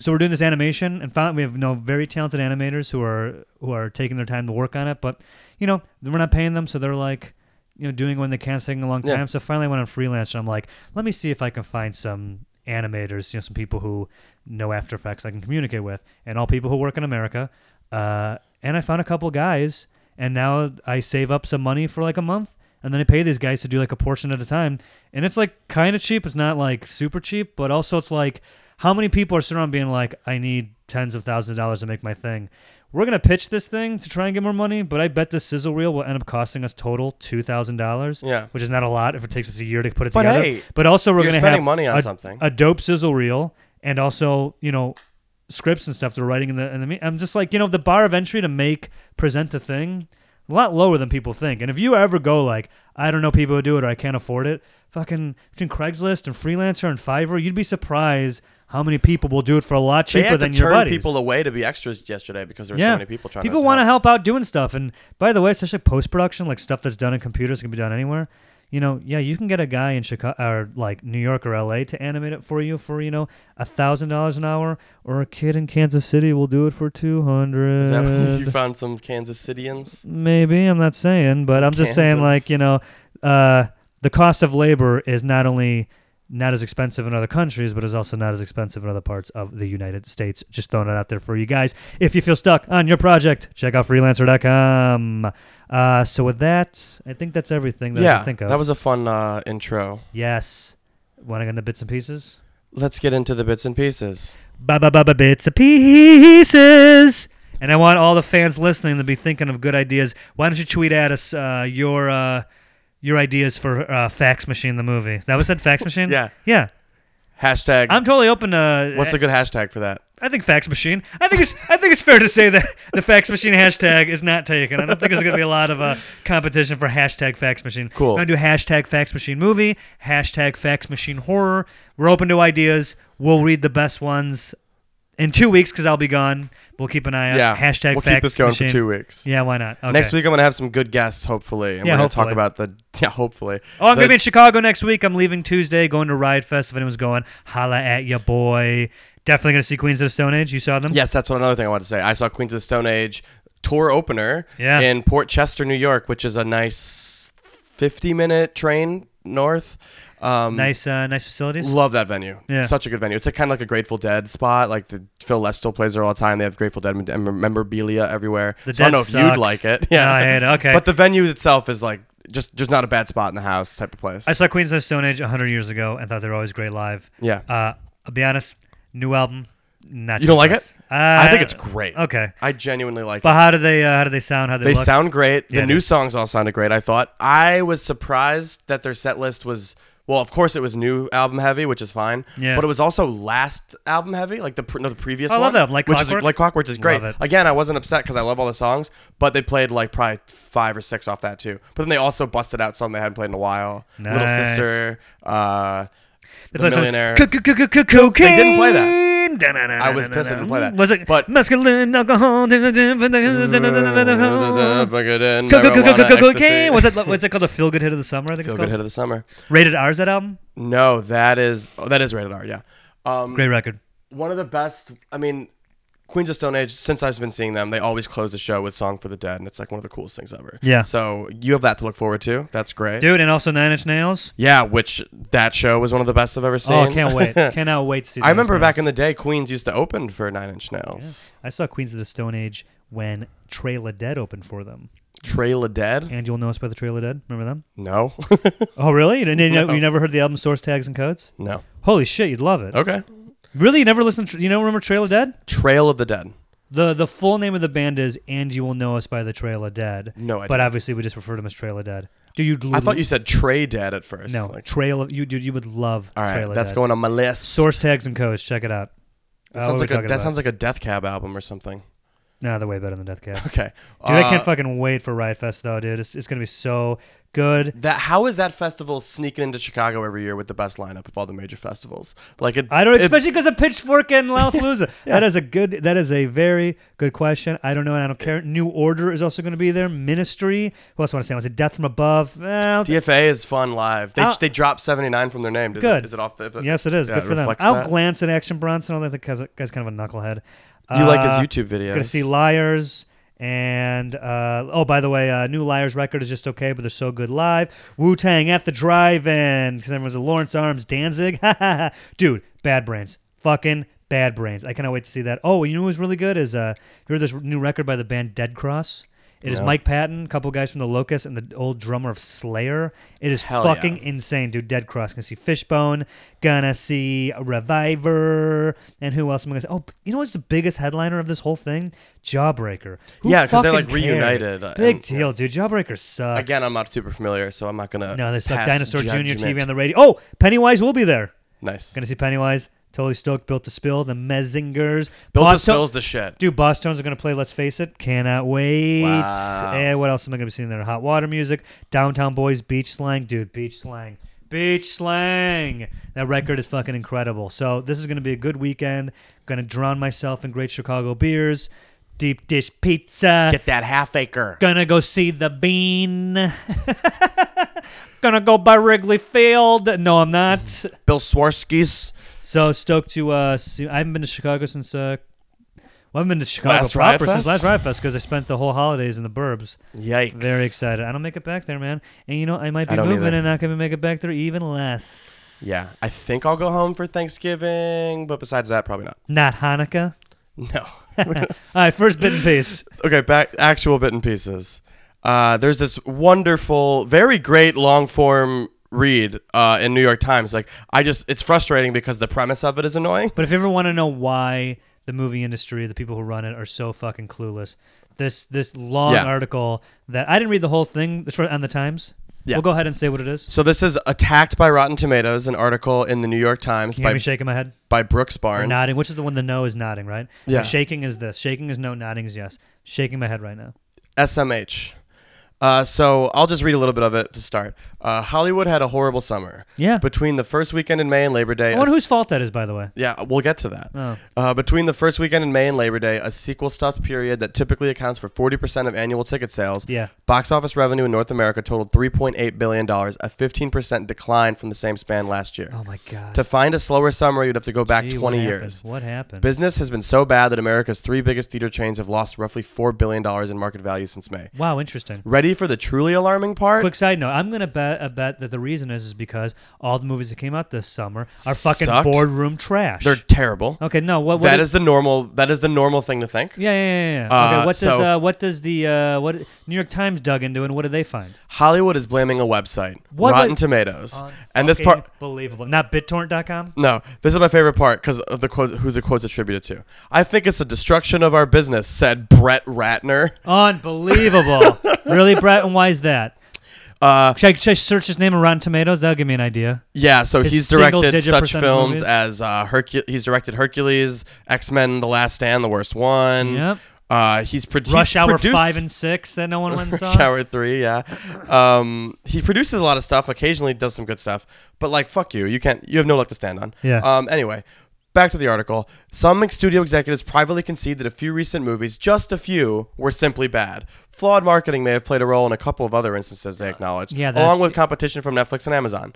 S1: so we're doing this animation and found we have you know, very talented animators who are who are taking their time to work on it but you know we're not paying them so they're like you know doing when they can taking a long
S2: Yeah.
S1: time so finally i went on freelance and i'm like let me see if i can find some animators you know some people who know after effects i can communicate with and all people who work in america uh, and i found a couple guys and now i save up some money for like a month and then I pay these guys to do like a portion at a time. And it's like kind of cheap. It's not like super cheap, but also it's like how many people are sitting around being like, I need tens of thousands of dollars to make my thing. We're gonna pitch this thing to try and get more money, but I bet this sizzle reel will end up costing us total two thousand dollars.
S2: Yeah.
S1: which is not a lot if it takes us a year to put it
S2: But
S1: together.
S2: hey,
S1: but also we're
S2: you're
S1: gonna
S2: spending
S1: have
S2: money on
S1: a,
S2: something.
S1: a dope sizzle reel, and also you know scripts and stuff they're writing in the in the. me- I'm just like you know the bar of entry to make present a thing a lot lower than people think. And if you ever go like I don't know people who do it or I can't afford it, fucking between Craigslist and freelancer and Fiverr, you'd be surprised how many people will do it for a lot
S2: they
S1: cheaper
S2: had to
S1: than your
S2: turn
S1: buddies.
S2: people away to be extras yesterday because there were so many people trying. to
S1: want to help out doing stuff. And by the way, especially post production, like stuff that's done in computers can be done anywhere. You know, yeah, you can get a guy in Chicago or like New York or LA to animate it for you for you know a thousand dollars an hour, or a kid in Kansas City will do it for two
S2: Is that what- *laughs* you
S1: hundred.
S2: found some Kansas Cityans.
S1: Maybe I'm not saying, but
S2: Some
S1: I'm just saying
S2: Kansans.
S1: like you know, uh, the cost of labor is not only not as expensive in other countries, but is also not as expensive in other parts of the United States. Just throwing it out there for you guys. If you feel stuck on your project, check out freelancer.com. Uh, so with that, I think that's everything that I
S2: yeah,
S1: can think of.
S2: that was a fun uh, intro.
S1: yes. Want to get into bits and pieces?
S2: Let's get into the bits and pieces.
S1: Ba ba ba ba bits and pieces. And I want all the fans listening to be thinking of good ideas. Why don't you tweet at us uh, your uh, your ideas for uh, Fax Machine the movie? That was said Fax Machine.
S2: Yeah.
S1: yeah.
S2: Hashtag.
S1: I'm totally open to.
S2: what's a good hashtag for that?
S1: I think fax machine. I think it's. I think it's fair to say that the fax machine hashtag is not taken. I don't think there's going to be a lot of uh, competition for hashtag fax machine.
S2: Cool.
S1: I'm going to do hashtag fax machine movie, hashtag fax machine horror. We're open to ideas. We'll read the best ones in two weeks because I'll be gone. We'll keep an eye out.
S2: yeah.
S1: Hashtag
S2: We'll
S1: fax
S2: keep this going
S1: machine.
S2: for two weeks.
S1: Yeah, why not? Okay.
S2: Next week I'm gonna have some good guests, hopefully, and
S1: Yeah,
S2: we're gonna
S1: hopefully.
S2: talk about the *laughs* yeah, hopefully.
S1: Oh, I'm
S2: The-
S1: gonna be in Chicago next week. I'm leaving Tuesday, going to Ride Fest. If anyone's going, holla at ya, boy. Definitely gonna see Queens of the Stone Age. You saw them?
S2: Yes, that's what another thing I wanted to say. I saw Queens of the Stone Age tour opener
S1: Yeah.
S2: in Port Chester, New York, which is a nice 50 minute train north. Um,
S1: Nice, uh, nice facilities.
S2: Love that venue.
S1: Yeah.
S2: Such a good venue. It's a kind of like a Grateful Dead spot. Like the Phil Less still plays there all the time. They have Grateful Dead mem- mem- memorabilia everywhere.
S1: The
S2: so I don't
S1: Dead
S2: know if
S1: sucks.
S2: you'd like it.
S1: No,
S2: Yeah,
S1: I hate it. Okay.
S2: But the venue itself is like just just not a bad spot in the house type of place.
S1: I saw Queens of the Stone Age 100 years ago and thought they were always great live.
S2: yeah.
S1: Uh, I'll be honest, new album, not.
S2: You don't like it?
S1: Uh,
S2: I think it's great.
S1: okay.
S2: I genuinely like
S1: But how do they? Uh, how do they sound? How do they?
S2: They
S1: look?
S2: sound great. The
S1: Yeah,
S2: new
S1: they-
S2: songs all sounded great. I thought I was surprised that their set list was well. Of course, it was new album heavy, which is fine.
S1: Yeah.
S2: But it was also last album heavy, like the pr- no, the previous
S1: I
S2: one.
S1: love that, like
S2: which
S1: Clockwork.
S2: Is, like Clockwork is great.
S1: Love it.
S2: Again, I wasn't upset because I love all the songs, but they played like probably five or six off that too. But then they also busted out some they hadn't played in a while. Little
S1: Nice.
S2: sister. Uh,
S1: They
S2: the
S1: play some
S2: millionaire.
S1: co- co- co- co- co- Cocaine.
S2: They didn't play that.
S1: that.
S2: I was pissed they didn't play that.
S1: Was it?
S2: But-
S1: masculine alcohol. Co-
S2: Cocaine.
S1: co- co- co- co- Cocaine. Was it? Was it called a feel good hit of the summer? I think it's
S2: Feel good
S1: called.
S2: hit of the summer.
S1: Rated R is that album?
S2: No, that is oh, that is rated R. Yeah. Um,
S1: Great record.
S2: one of the best. I mean, Queens of Stone Age. Since I've been seeing them, they always close the show with "Song for the Dead," and it's like one of the coolest things ever.
S1: Yeah.
S2: So you have that to look forward to. That's great.
S1: Dude, and also Nine Inch Nails.
S2: Yeah, which that show was one of the best I've ever seen.
S1: Oh, can't
S2: *laughs*
S1: wait! Cannot wait to see.
S2: I
S1: Nine Inch
S2: remember back
S1: Nails.
S2: in the day, Queens used to open for Nine Inch Nails.
S1: I saw Queens of the Stone Age when Trail of Dead opened for them.
S2: Trail of Dead?
S1: And you'll know us by the Trail of Dead. Remember them?
S2: No, *laughs*
S1: Oh, really? You, didn't- you
S2: No.
S1: never heard the album source tags and codes?
S2: no.
S1: Holy shit, you'd love it.
S2: Okay.
S1: Really? You never listened to, you don't remember Trail of Dead?
S2: Trail of the Dead.
S1: The the full name of the band is And You Will Know Us by the Trail of Dead.
S2: No idea.
S1: But obviously we just refer to them as Trail of Dead. Dude, you'd
S2: I thought you said Trey Dead at first.
S1: No,
S2: Like,
S1: Trail of you dude, you would love
S2: all right,
S1: Trail of
S2: that's
S1: Dead.
S2: going on my list.
S1: source tags and codes, check it out. Uh,
S2: That
S1: what were
S2: sounds like
S1: we
S2: a,
S1: talking
S2: that
S1: about?
S2: sounds like a Death Cab album or something.
S1: No, they're way better than Death Cab.
S2: *laughs*
S1: Dude,
S2: Okay.
S1: I can't
S2: Uh,
S1: fucking wait for Riot Fest though, dude. It's, it's gonna be so good.
S2: That how is that festival sneaking into Chicago every year with the best lineup of all the major festivals? Like it,
S1: I don't,
S2: it-
S1: especially because of Pitchfork and
S2: *laughs*
S1: Lollapalooza. That is a good. That is a very good question. I don't know, and I don't care. New Order is also going to be there. Ministry. Who else want to say? Was it Death from Above? Eh, Well,
S2: DFA is fun live. They
S1: I'll-
S2: they dropped seventy nine from their name. Is
S1: Good.
S2: It, is it off the? If it,
S1: yes, it is.
S2: Yeah,
S1: good for them.
S2: reflects
S1: I'll
S2: that.
S1: glance at Action Bronson. although I think that guy's kind of a knucklehead.
S2: You like his
S1: Uh,
S2: YouTube videos?
S1: Gonna see Liars. And uh, oh, by the way, uh, new Liars record is just okay, but they're so good live. Wu Tang at the Drive-In because everyone's a Lawrence Arms Danzig, *laughs* dude. Bad Brains, fucking Bad Brains. I cannot wait to see that. Oh, you know who's really good is uh, you heard this new record by the band Dead Cross. It is
S2: No.
S1: Mike Patton, a couple guys from the Locust, and the old drummer of Slayer. It is
S2: Hell yeah.
S1: fucking insane, dude. Dead Cross. Gonna see Fishbone. Gonna see Reviver. And who else am I gonna see? Oh, you know what's the biggest headliner of this whole thing? Jawbreaker. Who
S2: Yeah, 'cause they're,
S1: fucking
S2: like,
S1: cares?
S2: reunited, uh,
S1: Big
S2: and-
S1: deal, dude. Jawbreaker sucks.
S2: Again, I'm not super familiar, so I'm not gonna.
S1: no, they suck.
S2: pass
S1: Dinosaur Jr.
S2: judgment.
S1: TV on the radio. Oh, Pennywise will be there.
S2: Nice.
S1: Gonna see Pennywise. Totally stoked. Built to Spill. The Mezingers.
S2: Bill
S1: Boss
S2: just spills the shit.
S1: Dude, Boss Tones are going to play Let's Face It. Cannot wait.
S2: Wow.
S1: And what else am I going to be seeing there? Hot Water Music, Downtown Boys, Beach Slang. Dude, Beach Slang. Beach Slang. That record is fucking incredible. So, this is going to be a good weekend. Going to drown myself in great Chicago beers, deep dish pizza.
S2: Get that half acre.
S1: Gonna go see the bean. *laughs* Gonna go by Wrigley Field. No, I'm not.
S2: Bill Swarsky's
S1: So stoked to uh, see. I haven't been to Chicago since. Uh, well, I haven't been to Chicago
S2: Last Riot
S1: proper since
S2: Fest?
S1: last Riot Fest because I spent the whole holidays in the burbs.
S2: Yikes.
S1: Very excited. I don't make it back there, man. And you know, I might
S2: I
S1: be
S2: don't
S1: moving
S2: either.
S1: and not gonna make it back there even less.
S2: Yeah, I think I'll go home for Thanksgiving, but besides that, probably not. *laughs*
S1: Not Hanukkah.
S2: No.
S1: *laughs* All right, first bit in peace.
S2: okay, back actual bit and pieces. Uh, there's this wonderful, very great long form read uh, in New York Times. Like I just, it's frustrating because the premise of it is annoying.
S1: But if you ever want to know why the movie industry, the people who run it, are so fucking clueless. This this long
S2: Yeah.
S1: article that I didn't read the whole thing. It's on the Times.
S2: Yeah.
S1: We'll go ahead and say what it is.
S2: So this is attacked by Rotten Tomatoes, an article in the New York Times
S1: Can you hear
S2: by,
S1: me shaking my head?
S2: by Brooks
S1: Or
S2: Barnes.
S1: nodding, which is the one the no is nodding, right? And
S2: Yeah.
S1: Shaking is this. Shaking is no. Nodding is yes. Shaking my head right now.
S2: SMH. Uh, so I'll just read a little bit of it to start. Uh, Hollywood had a horrible summer.
S1: Yeah.
S2: Between the first weekend in May and Labor Day.
S1: I wonder
S2: a
S1: whose
S2: s-
S1: fault that is, by the way.
S2: Yeah, we'll get to that.
S1: Oh.
S2: Uh, between the first weekend in May and Labor Day, a sequel stuffed period that typically accounts for 40% of annual ticket sales,
S1: Yeah.
S2: box office revenue in North America totaled $3.8 billion, a 15% decline from the same span last year.
S1: Oh my god.
S2: To find a slower summer, you'd have to go back
S1: Gee, what
S2: 20
S1: happened?
S2: years.
S1: What happened?
S2: Business has been so bad that America's three biggest theater chains have lost roughly $4 billion in market value since May.
S1: wow, interesting.
S2: Ready for the truly alarming part?
S1: Quick side note: I'm gonna bet a bet that the reason is is because all the movies that came out this summer are fucking
S2: Sucked.
S1: boardroom trash.
S2: They're terrible.
S1: okay, no, Oh, what, what
S2: That
S1: did-
S2: is the normal that is the normal thing to think.
S1: Yeah, yeah, yeah. yeah. okay,
S2: Uh,
S1: what does
S2: so-
S1: uh, what does the uh, what New York Times dug into and what did they find?
S2: Hollywood is blaming a website,
S1: What
S2: Rotten
S1: would-
S2: Tomatoes. and this part
S1: believable. Not BitTorrent.com.
S2: No, this is my favorite part because of the quote, who the quote's attributed to. I think it's a destruction of our business, said Brett Ratner. *laughs*
S1: Unbelievable. really, Brett? And why is that?
S2: Uh,
S1: Should I, should I search his name on Rotten Tomatoes? That'll give me an idea.
S2: yeah, so
S1: His
S2: he's directed
S1: single-digit
S2: such
S1: percent of
S2: films
S1: movies?
S2: as uh, Hercules. He's directed Hercules, X Men: The Last Stand, The Worst One.
S1: Yep.
S2: Uh, he's pro- he's
S1: Rush Hour
S2: produced-
S1: five and six that no one
S2: *laughs*
S1: went and saw.
S2: Rush Hour Three. Yeah. Um, he produces a lot of stuff. Occasionally does some good stuff, but like fuck you, you can't. You have no luck to stand on.
S1: Yeah.
S2: Um, anyway, back to the article. Some studio executives privately concede that a few recent movies, just a few, were simply bad. Flawed marketing may have played a role in a couple of other instances they acknowledge,
S1: yeah, that-
S2: along with competition from Netflix
S1: *laughs*
S2: and Amazon.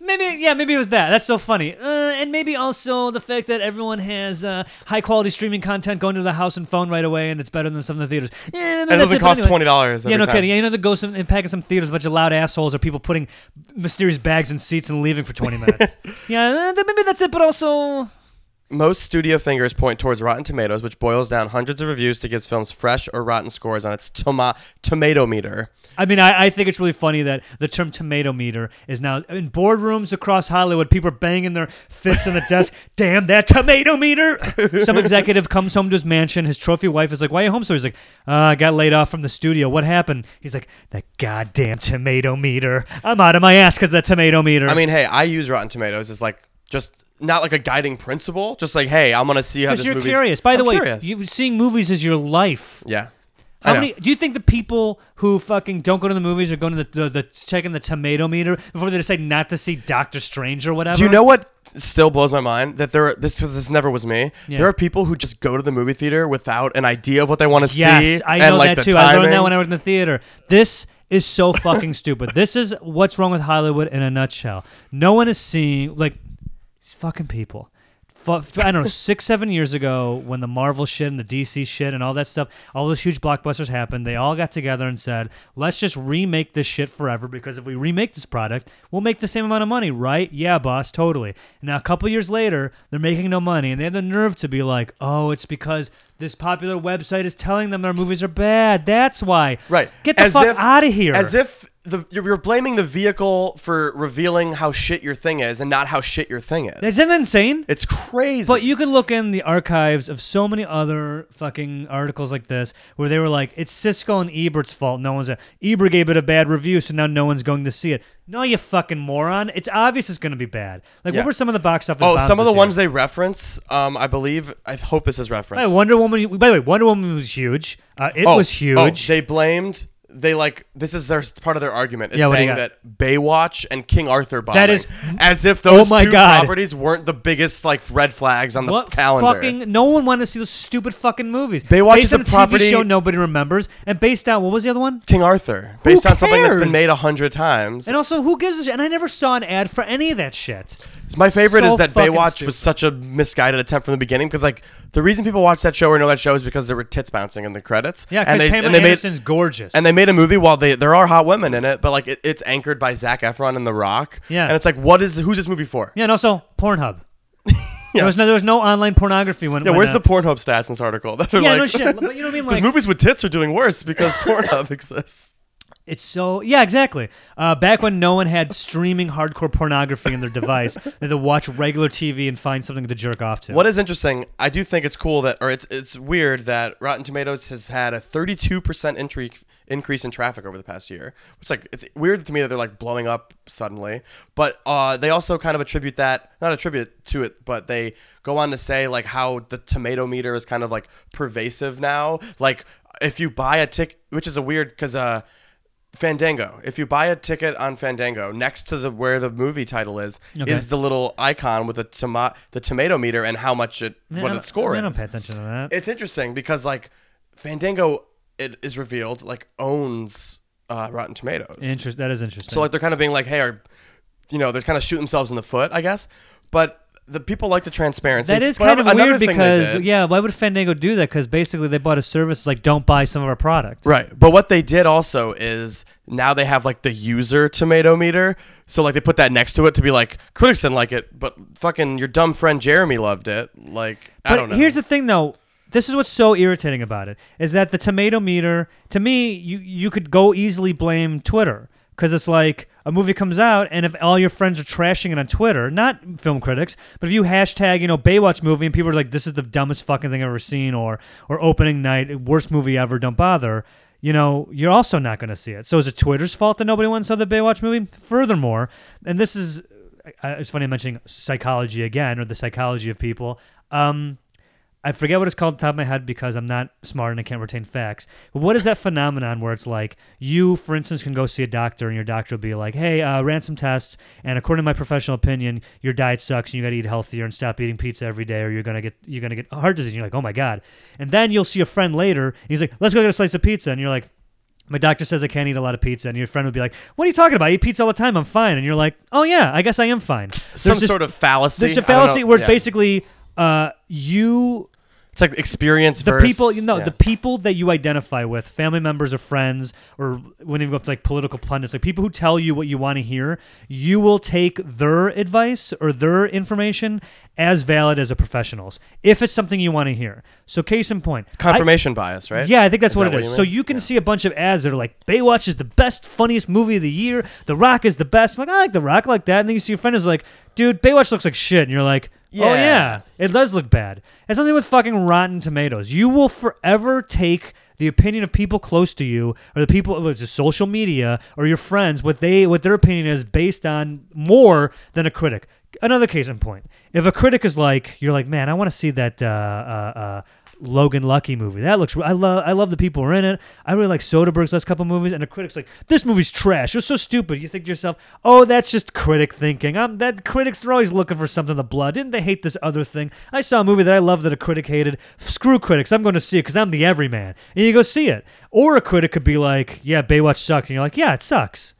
S1: Maybe yeah, maybe it was that. That's so funny. Uh, and maybe also the fact that everyone has uh, high quality streaming content going to the house and phone right away, and it's better than some of the theaters. Yeah,
S2: And it doesn't cost twenty dollars.
S1: Yeah, no kidding. Yeah, you know the ghosts and packing some theaters, a bunch of loud assholes, or people putting mysterious bags in seats and leaving for twenty minutes.
S2: *laughs*
S1: yeah, uh, th- maybe that's it. But also,
S2: Most studio fingers point towards Rotten Tomatoes, which boils down hundreds of reviews to give films fresh or rotten scores on its toma- tomato meter.
S1: I mean, I, I think it's really funny that the term tomato meter is now in boardrooms across Hollywood. People are banging their fists on the desk. Damn that tomato meter! Some executive comes home to his mansion. His trophy wife is like, "Why are you home so?" He's like, uh, "I got laid off from the studio. What happened?" He's like, "That goddamn tomato meter! I'm out of my ass because that tomato meter."
S2: I mean, hey, I use Rotten Tomatoes as like just not like a guiding principle, just like hey, I'm gonna see how
S1: because
S2: this
S1: you're
S2: movie's.
S1: curious. By the
S2: I'm
S1: way,
S2: curious.
S1: you seeing movies is your life.
S2: yeah. I
S1: How
S2: know.
S1: many? Do you think the people who fucking don't go to the movies are going to the, the, the checking the tomato meter before they decide not to see Doctor Strange or whatever?
S2: Do you know what still blows my mind? That there, are, this because this never was me.
S1: Yeah.
S2: There are people who just go to the movie theater without an idea of what they want to
S1: Yes,
S2: see.
S1: I
S2: and
S1: know
S2: like
S1: that
S2: the
S1: too. I
S2: Timing.
S1: learned that when I was in the theater. This is so fucking stupid. This is what's wrong with Hollywood in a nutshell. No one is seeing like these fucking people. Fu- I don't know, six, *laughs* seven years ago, when the Marvel shit and the DC shit and all that stuff, all those huge blockbusters happened, they all got together and said, let's just remake this shit forever because if we remake this product, we'll make the same amount of money, right? Yeah, boss, totally. Now, a couple years later, they're making no money and they have the nerve to be like, oh, it's because this popular website is telling them their movies are bad. That's why.
S2: Right.
S1: Get the
S2: As
S1: fuck
S2: if-
S1: out of here.
S2: As if the, you're you're blaming the vehicle for revealing how shit your thing is and not how shit your thing is.
S1: Isn't that insane?
S2: It's crazy.
S1: But you could look in the archives of so many other fucking articles like this where they were like, it's Cisco and Ebert's fault. No one's a Ebert gave it a bad review, so now no one's going to see it. No, you fucking moron. It's obvious it's gonna be bad. Like
S2: Yeah.
S1: what were some of the box office?
S2: oh,
S1: bombs
S2: some of
S1: this
S2: the
S1: year?
S2: ones they reference, um, I believe. I hope this is referenced.
S1: Hey, Wonder Woman by the way, Wonder Woman was huge. Uh, it was huge.
S2: oh, they blamed they like this is their part of their argument is
S1: Yeah, what do you
S2: saying
S1: got?
S2: that Baywatch and King Arthur bombing
S1: That is- Oh
S2: as if those
S1: my
S2: two
S1: God.
S2: properties weren't the biggest like red flags on the
S1: what
S2: calendar.
S1: fucking? No one wanted to see those stupid fucking movies.
S2: Baywatch
S1: based
S2: is
S1: on
S2: a
S1: a
S2: property-
S1: TV show nobody remembers, and based on what was the other one?
S2: King Arthur, based on something that's
S1: cares?
S2: been made a hundred times.
S1: And also, who gives a shit? And I never saw an ad for any of that shit.
S2: My favorite
S1: so
S2: is that
S1: fucking
S2: Baywatch
S1: stupid.
S2: was such a misguided attempt from the beginning because like the reason people watch that show or know that show is because there were tits bouncing in the credits.
S1: Yeah,
S2: and
S1: because
S2: they
S1: Pamela
S2: and they made
S1: Anderson's gorgeous.
S2: and they made a movie while they there are hot women in it, but like it, it's anchored by Zach Efron and The Rock.
S1: Yeah.
S2: and it's like what is who's this movie for?
S1: yeah, and also
S2: *laughs*
S1: Pornhub. There was no there was no online pornography when.
S2: Yeah,
S1: when,
S2: where's
S1: uh,
S2: the Pornhub stats in this article? *laughs* That are
S1: yeah,
S2: like,
S1: no shit. But you know what I mean?
S2: Because *laughs*
S1: Like,
S2: movies with tits are doing worse because Pornhub exists.
S1: It's so yeah, exactly. Uh, back when no one had streaming hardcore pornography in their device, *laughs* they had to watch regular TV and find something to jerk off to.
S2: What is interesting, I do think it's cool that, or it's it's weird that Rotten Tomatoes has had a 32 percent increase in traffic over the past year. It's like it's weird to me that they're like blowing up suddenly, but uh, they also kind of attribute that not attribute to it, but they go on to say like how the tomato meter is kind of like pervasive now. Like if you buy a tick, which is a weird because uh. Fandango. If you buy a ticket on Fandango, next to the where the movie title is,
S1: Okay.
S2: is the little icon with the tomato the tomato meter and how much it
S1: Man,
S2: what
S1: I-
S2: its score
S1: I don't
S2: is.
S1: pay attention to that.
S2: It's interesting because like Fandango, it is revealed like owns uh, Rotten Tomatoes.
S1: Interest that is interesting.
S2: So like they're kind of being like, hey, are you know they're kind of shooting themselves in the foot, I guess. But the people like the transparency.
S1: that is
S2: But
S1: kind of
S2: another
S1: weird
S2: thing they
S1: because
S2: did-
S1: yeah, why would Fandango do that? Because basically they bought a service like don't buy some of our product.
S2: Right. But what they did also is now they have like the user tomato meter. So like they put that next to it to be like critics didn't like it, but fucking your dumb friend Jeremy loved it. Like
S1: But
S2: I don't know.
S1: here's the thing though. This is what's so irritating about it is that the tomato meter to me you you could go easily blame Twitter cuz it's like a movie comes out and if all your friends are trashing it on Twitter, not film critics, but if you hashtag, you know, Baywatch movie and people are like this is the dumbest fucking thing I've ever seen or or opening night worst movie ever, don't bother. You know, you're also not going to see it. So is it Twitter's fault that nobody went and saw the Baywatch movie? Furthermore, and this is I- it's funny I'm mentioning psychology again or the psychology of people. Um, I forget what it's called off the top of my head because I'm not smart and I can't retain facts. But what is that phenomenon where it's like you, for instance, can go see a doctor and your doctor will be like, "Hey, uh, ran some tests, and according to my professional opinion, your diet sucks and you got to eat healthier and stop eating pizza every day, or you're gonna get you're gonna get heart disease." And you're like, "Oh my god!" And then you'll see a friend later, and he's like, "Let's go get a slice of pizza," and you're like. My doctor says I can't eat a lot of pizza, and your friend would be like, "What are you talking about? I eat pizza all the time. I'm fine." And you're like, "Oh yeah, I guess I am fine."
S2: some
S1: There's this-
S2: sort of fallacy.
S1: There's a
S2: I don't know.
S1: fallacy where it's
S2: Yeah.
S1: basically uh, you
S2: it's like experience
S1: the
S2: versus
S1: people you know
S2: yeah.
S1: the people that you identify with family members or friends or when you go up to like political pundits like people who tell you what you want to hear you will take their advice or their information as valid as a professional's if it's something you want to hear so case in point I-
S2: confirmation bias, right?
S1: yeah, I think that's
S2: Is
S1: what
S2: that
S1: it
S2: what
S1: is.
S2: you
S1: so
S2: mean?
S1: you can see a bunch of ads that are like, Baywatch is the best, funniest movie of the year. The Rock is the best. Like, I like The Rock I like that. And then you see your friend is like, dude, Baywatch looks like shit. And you're like, oh,
S2: Yeah.
S1: yeah, it does look bad. It's something with fucking Rotten Tomatoes. You will forever take the opinion of people close to you or the people whether it's just social media or your friends what they what their opinion is based on more than a critic another case in point if a critic is like you're like man i want to see that uh, uh, uh, Logan Lucky movie. That looks. I love. I love the people who are in it. I really like Soderbergh's last couple movies, and the critics like this movie's trash. It was so stupid. You think to yourself, oh, that's just critic thinking. I'm that critics. They're always looking for something in the blood. Didn't they hate this other thing? I saw a movie that I love that a critic hated. Screw critics. I'm going to see it because I'm the everyman. And you go see it. Or a critic could be like, yeah, Baywatch sucked, and you're like, yeah, it sucks.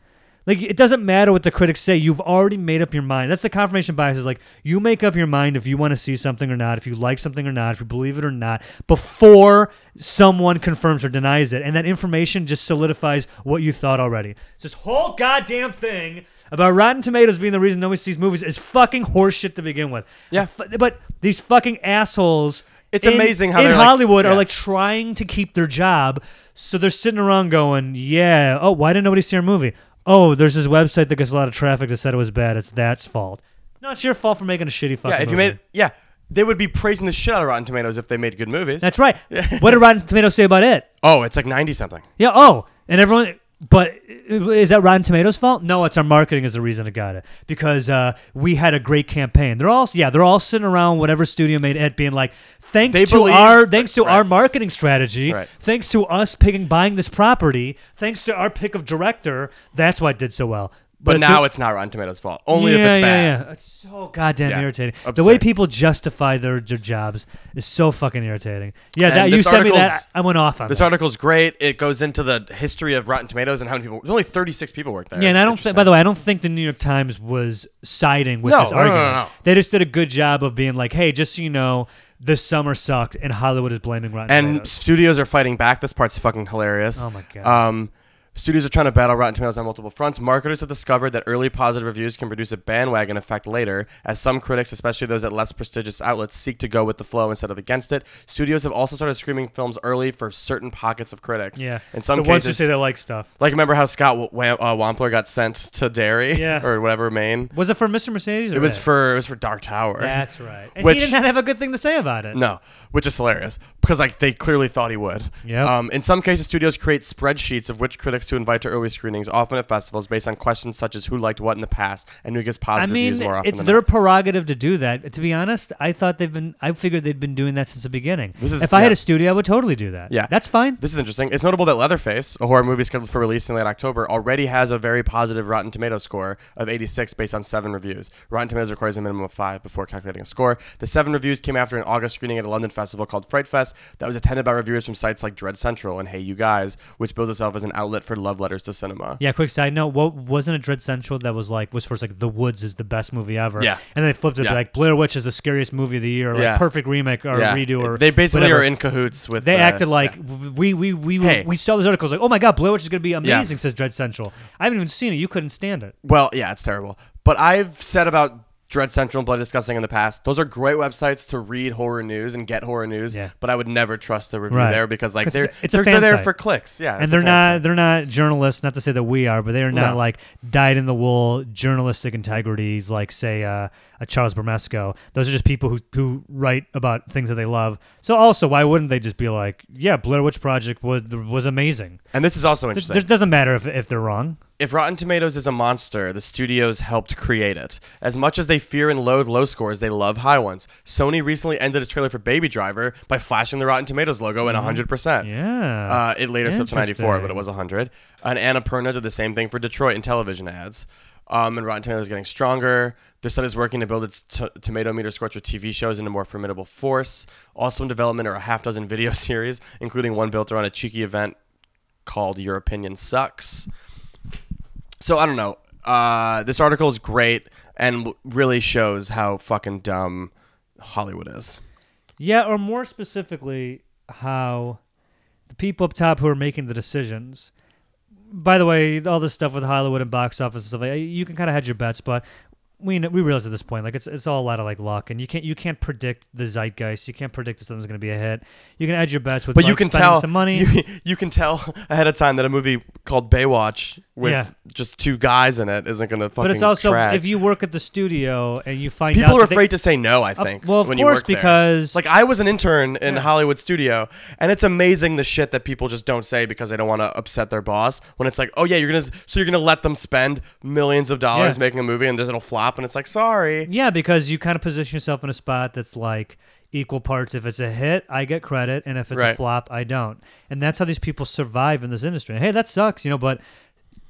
S1: Like it doesn't matter what the critics say. You've already made up your mind. That's the confirmation bias. Is like you make up your mind if you want to see something or not, if you like something or not, if you believe it or not, before someone confirms or denies it, and that information just solidifies what you thought already. So this whole goddamn thing about Rotten Tomatoes being the reason nobody sees movies is fucking horseshit to begin with.
S2: Yeah.
S1: F- but these fucking assholes.
S2: It's
S1: in-
S2: amazing how
S1: in
S2: they're like-
S1: Hollywood are
S2: yeah.
S1: like trying to keep their job. So they're sitting around going, yeah, oh, why didn't nobody see our movie? Oh, there's this website that gets a lot of traffic that said it was bad. It's that's fault. No, it's your fault for making a shitty fucking
S2: yeah, if you
S1: movie.
S2: made yeah, they would be praising the shit out of Rotten Tomatoes if they made good movies.
S1: That's
S2: *laughs*
S1: right. what did Rotten Tomatoes say about it?
S2: oh, it's like ninety something.
S1: Yeah, oh, and everyone. But is that Rotten Tomatoes' fault? No, it's our marketing is the reason it got it because uh, we had a great campaign. They're all yeah, they're all sitting around whatever studio made it, being like, thanks
S2: They
S1: to
S2: believe-
S1: our thanks to our
S2: Right.
S1: marketing strategy,
S2: Right.
S1: thanks to us picking buying this property, thanks to our pick of director, that's why it did so well.
S2: But,
S1: it's
S2: now
S1: a-
S2: it's not Rotten Tomatoes' fault. Only
S1: yeah,
S2: if it's
S1: yeah,
S2: bad.
S1: yeah. It's so goddamn
S2: Yeah.
S1: irritating. The way
S2: Absurd.
S1: people justify their, their jobs is so fucking irritating. Yeah,
S2: And
S1: that you
S2: this
S1: sent me that.
S2: article's-
S1: I went off on
S2: This
S1: that.
S2: article's great. It goes into the history of Rotten Tomatoes and how many people. There's only 36 people work there.
S1: Yeah, and I
S2: It's
S1: don't think.
S2: interesting.
S1: By the way, I don't think the New York Times was siding with
S2: No,
S1: this
S2: no, no, no,
S1: argument.
S2: no.
S1: They just did a good job of being like, "Hey, just so you know, this summer sucked, and Hollywood is blaming Rotten
S2: And
S1: Tomatoes."
S2: studios are fighting back. This part's fucking hilarious.
S1: Oh my God.
S2: Um, Studios are trying to battle Rotten Tomatoes on multiple fronts. Marketers have discovered that early positive reviews can produce a bandwagon effect later, as some critics, especially those at less prestigious outlets, seek to go with the flow instead of against it. Studios have also started screening films early for certain pockets of critics.
S1: Yeah.
S2: In some
S1: the
S2: cases,
S1: ones who say they like stuff.
S2: like remember how Scott w- Wam- uh, Wampler got sent to Derry
S1: Yeah.
S2: *laughs* or whatever Maine?
S1: Was it for Mr. Mercedes? Or
S2: It was
S1: Ed?
S2: for it was for Dark Tower.
S1: That's right. And
S2: Which-
S1: he did not have a good thing to say about it.
S2: No, which is hilarious because like they clearly thought he would.
S1: Yep.
S2: Um, in some cases, studios create spreadsheets of which critics to invite to early screenings, often at festivals, based on questions such as who liked what in the past and who gets
S1: I
S2: positive
S1: mean,
S2: reviews more often.
S1: it's
S2: than
S1: their
S2: not.
S1: prerogative to do that. To be honest, I thought they've been. I figured they'd been doing that since the beginning.
S2: This is-
S1: if I had
S2: yeah.
S1: a studio, I would totally do that.
S2: Yeah.
S1: that's fine.
S2: This is interesting. It's notable that Leatherface, a horror movie scheduled for release in late October, already has a very positive Rotten Tomatoes score of 86 based on seven reviews. Rotten Tomatoes requires a minimum of five before calculating a score. The seven reviews came after an August screening at a London festival called Fright Fest that was attended by reviewers from sites like Dread Central and Hey You Guys, which bills itself as an outlet for love letters to cinema.
S1: Yeah, quick side note. What wasn't a Dread Central that was like was first like The Woods is the best movie ever.
S2: Yeah.
S1: and then they flipped it to
S2: Yeah.
S1: like Blair Witch is the scariest movie of the year. Like
S2: Yeah.
S1: perfect remake or redo or
S2: they basically
S1: whatever.
S2: are in cahoots with.
S1: They
S2: uh,
S1: acted like w we we we were
S2: Hey.
S1: we saw those articles like oh my god Blair Witch is gonna be amazing says Dread Central. I haven't even seen it. You couldn't stand it.
S2: Well, yeah, it's terrible. But I've said about Dread Central and Blood Disgusting in the past, those are great websites to read horror news and get horror news.
S1: Yeah.
S2: But I would never trust the review
S1: Right.
S2: there because like
S1: 'Cause
S2: they're
S1: it's a
S2: they're,
S1: fan
S2: they're there
S1: site.
S2: for clicks. Yeah,
S1: and
S2: it's a
S1: they're
S2: fan
S1: not
S2: site.
S1: they're not journalists not to say that we are but they're not
S2: No.
S1: like dyed in the wool journalistic integrities like say uh, a charles bermesco those are just people who, who write about things that they love so also why wouldn't they just be like yeah blair witch project was was amazing
S2: And this is also
S1: it
S2: interesting.
S1: doesn't matter if, if they're wrong
S2: If Rotten Tomatoes is a monster, the studios helped create it. As much as they fear and loathe low scores, they love high ones. Sony recently ended its trailer for Baby Driver by flashing the Rotten Tomatoes logo in 100%.
S1: Mm-hmm. yeah
S2: Uh, it later slipped to 94, but
S1: Interesting.
S2: it was 100. And Annapurna did the same thing for Detroit in television ads. Um, and Rotten Tomatoes is getting stronger. The site is working to build its t- tomato meter score for TV shows into more formidable force. Also in development are a half dozen *laughs* video series, including one built around a cheeky event called Your Opinion Sucks. So I don't know. Uh, this article is great and w- really shows how fucking dumb Hollywood is.
S1: yeah or more specifically how the people up top who are making the decisions by the way, all this stuff with Hollywood and box office and stuff, like, you can kind of hedge your bets, but we kn- we realize at this point, like it's it's all a lot of like luck, and you can't you can't predict the zeitgeist. You can't predict if something's going to be a hit. You can hedge your bets with,
S2: but
S1: like,
S2: you can
S1: spending
S2: tell
S1: some money.
S2: *laughs* You, you can tell ahead of time that a movie called Baywatch with
S1: Yeah.
S2: just two guys in it isn't going to fucking.
S1: but it's also
S2: track.
S1: if you work at the studio and you find out
S2: people are
S1: that they-
S2: afraid to say no. I
S1: of-
S2: think.
S1: well, of
S2: when you
S1: course,
S2: work there.
S1: because
S2: like I was an intern in
S1: Yeah.
S2: Hollywood studio, and it's amazing the shit that people just don't say because they don't want to upset their boss. When it's like, oh yeah, you're gonna so you're gonna let them spend millions of dollars
S1: Yeah.
S2: making a movie and this it'll flop, and it's like, sorry.
S1: Yeah, because you kind of position yourself in a spot that's like equal parts. If it's a hit, I get credit, and if it's a
S2: Right.
S1: flop, I don't. And that's how these people survive in this industry. And, hey, that sucks, you know, but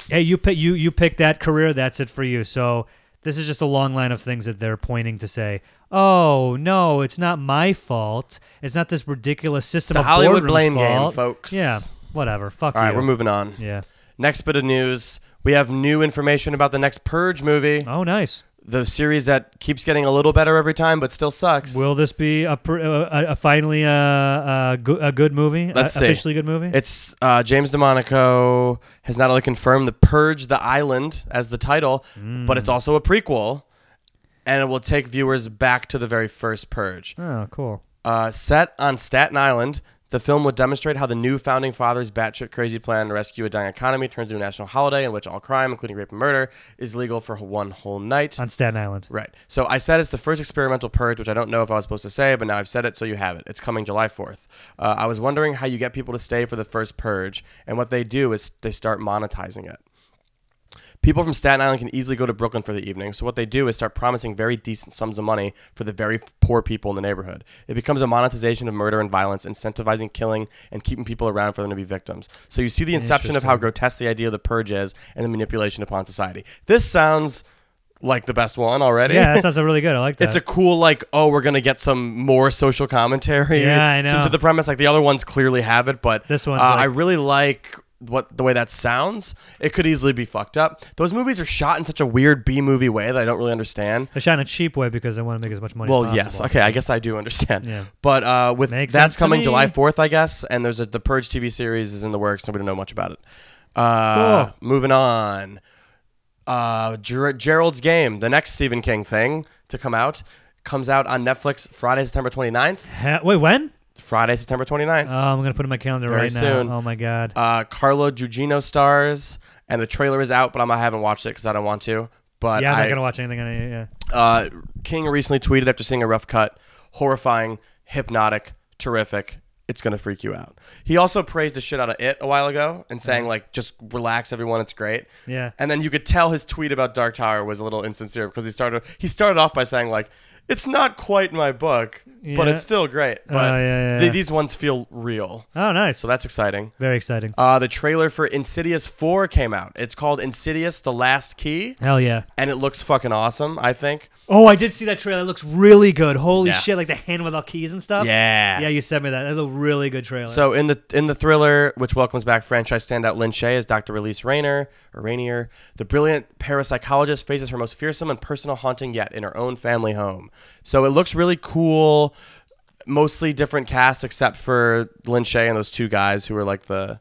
S1: hey, you pick you you pick that career, that's it for you. So this is just a long line of things that they're pointing to say. Oh no, it's not my fault. It's not this ridiculous system
S2: The
S1: of
S2: Hollywood
S1: boardroom's
S2: blame game,
S1: fault."
S2: folks.
S1: Yeah, whatever. Fuck
S2: All right,
S1: you.
S2: we're moving on.
S1: Yeah.
S2: Next bit of news. We have new information about the next Purge movie.
S1: Oh, nice.
S2: the series that keeps getting a little better every time but still sucks.
S1: Will this be a, pr- uh, a, a- a finally a, a, go- a good movie?
S2: Let's
S1: a,
S2: see.
S1: Officially good movie?
S2: it's uh, James DeMonico has not only confirmed the Purge the Island as the title, but it's also a prequel, and it will take viewers back to the very first Purge.
S1: Oh, cool.
S2: Uh, set on Staten Island, the film will demonstrate how the new founding fathers' batshit crazy plan to rescue a dying economy turns into a national holiday in which all crime, including rape and murder, is legal for one whole night.
S1: On Staten Island.
S2: Right. So I said it's the first experimental purge, which I don't know if I was supposed to say, but now I've said it, so you have it. It's coming July 4th. Uh, I was wondering how you get people to stay for the first purge, and what they do is they start monetizing it. People from Staten Island can easily go to Brooklyn for the evening, so what they do is start promising very decent sums of money for the very f- poor people in the neighborhood. It becomes a monetization of murder and violence, incentivizing killing and keeping people around for them to be victims. So you see the inception of how grotesque the idea of the purge is and the manipulation upon society. This sounds like the best one already.
S1: Yeah, that sounds really good. I like that.
S2: *laughs* It's a cool like oh we're gonna get some more social commentary
S1: Yeah, I
S2: to-
S1: know.
S2: To, the premise like the other ones clearly have it but
S1: This one's
S2: uh,
S1: like-
S2: I really like what the way that sounds it could easily be fucked up those movies are shot in such a weird B movie way that I don't really understand
S1: They shot in a cheap way because they want to make as much money
S2: well
S1: as possible.
S2: yes okay I guess I do understand
S1: Yeah.
S2: but uh, with
S1: Makes sense
S2: that's
S1: to
S2: coming
S1: me.
S2: July 4th I guess and there's a the Purge TV series is in the works and we don't know much about it Uh,
S1: Cool.
S2: Moving on. Uh, Ger- Gerald's Game, the next Stephen King thing to come out, comes out on Netflix Friday, September 29th.
S1: Ha- Wait, when?
S2: Friday, September 29th.
S1: Oh, I'm gonna put it in my calendar
S2: Very
S1: right
S2: soon.
S1: now. Oh my god.
S2: Uh, Carlo Gugino stars, and the trailer is out, but I'm, I haven't watched it because I don't want to. But
S1: yeah, I'm
S2: I,
S1: not gonna watch anything on it. Yeah.
S2: uh, King recently tweeted after seeing a rough cut, horrifying, hypnotic, terrific. It's gonna freak you out. He also praised the shit out of it a while ago and saying like, just relax, everyone. It's great.
S1: Mm-hmm. Yeah.
S2: And then you could tell his tweet about Dark Tower was a little insincere because he started he started off by saying like, it's not quite my book, but
S1: Yeah. Oh,
S2: it's still great. But
S1: yeah, yeah,
S2: th-
S1: yeah.
S2: these ones feel real,
S1: Oh, nice.
S2: so that's exciting.
S1: Very exciting.
S2: Uh, the trailer for Insidious 4 came out. It's called Insidious The Last Key,
S1: Hell yeah.
S2: and it looks fucking awesome, I think.
S1: Oh, I did see that trailer. It looks really good. Holy
S2: Yeah.
S1: shit! Like the hand with all keys and stuff.
S2: Yeah.
S1: Yeah, you sent me that. That's a really good trailer.
S2: So in the in the thriller, which welcomes back franchise standout Lin Shaye as Dr. Elise Rayner, or Rainier, the brilliant parapsychologist faces her most fearsome and personal haunting yet in her own family home. So it looks really cool. Mostly different casts except for Lin Shaye and those two guys who are like the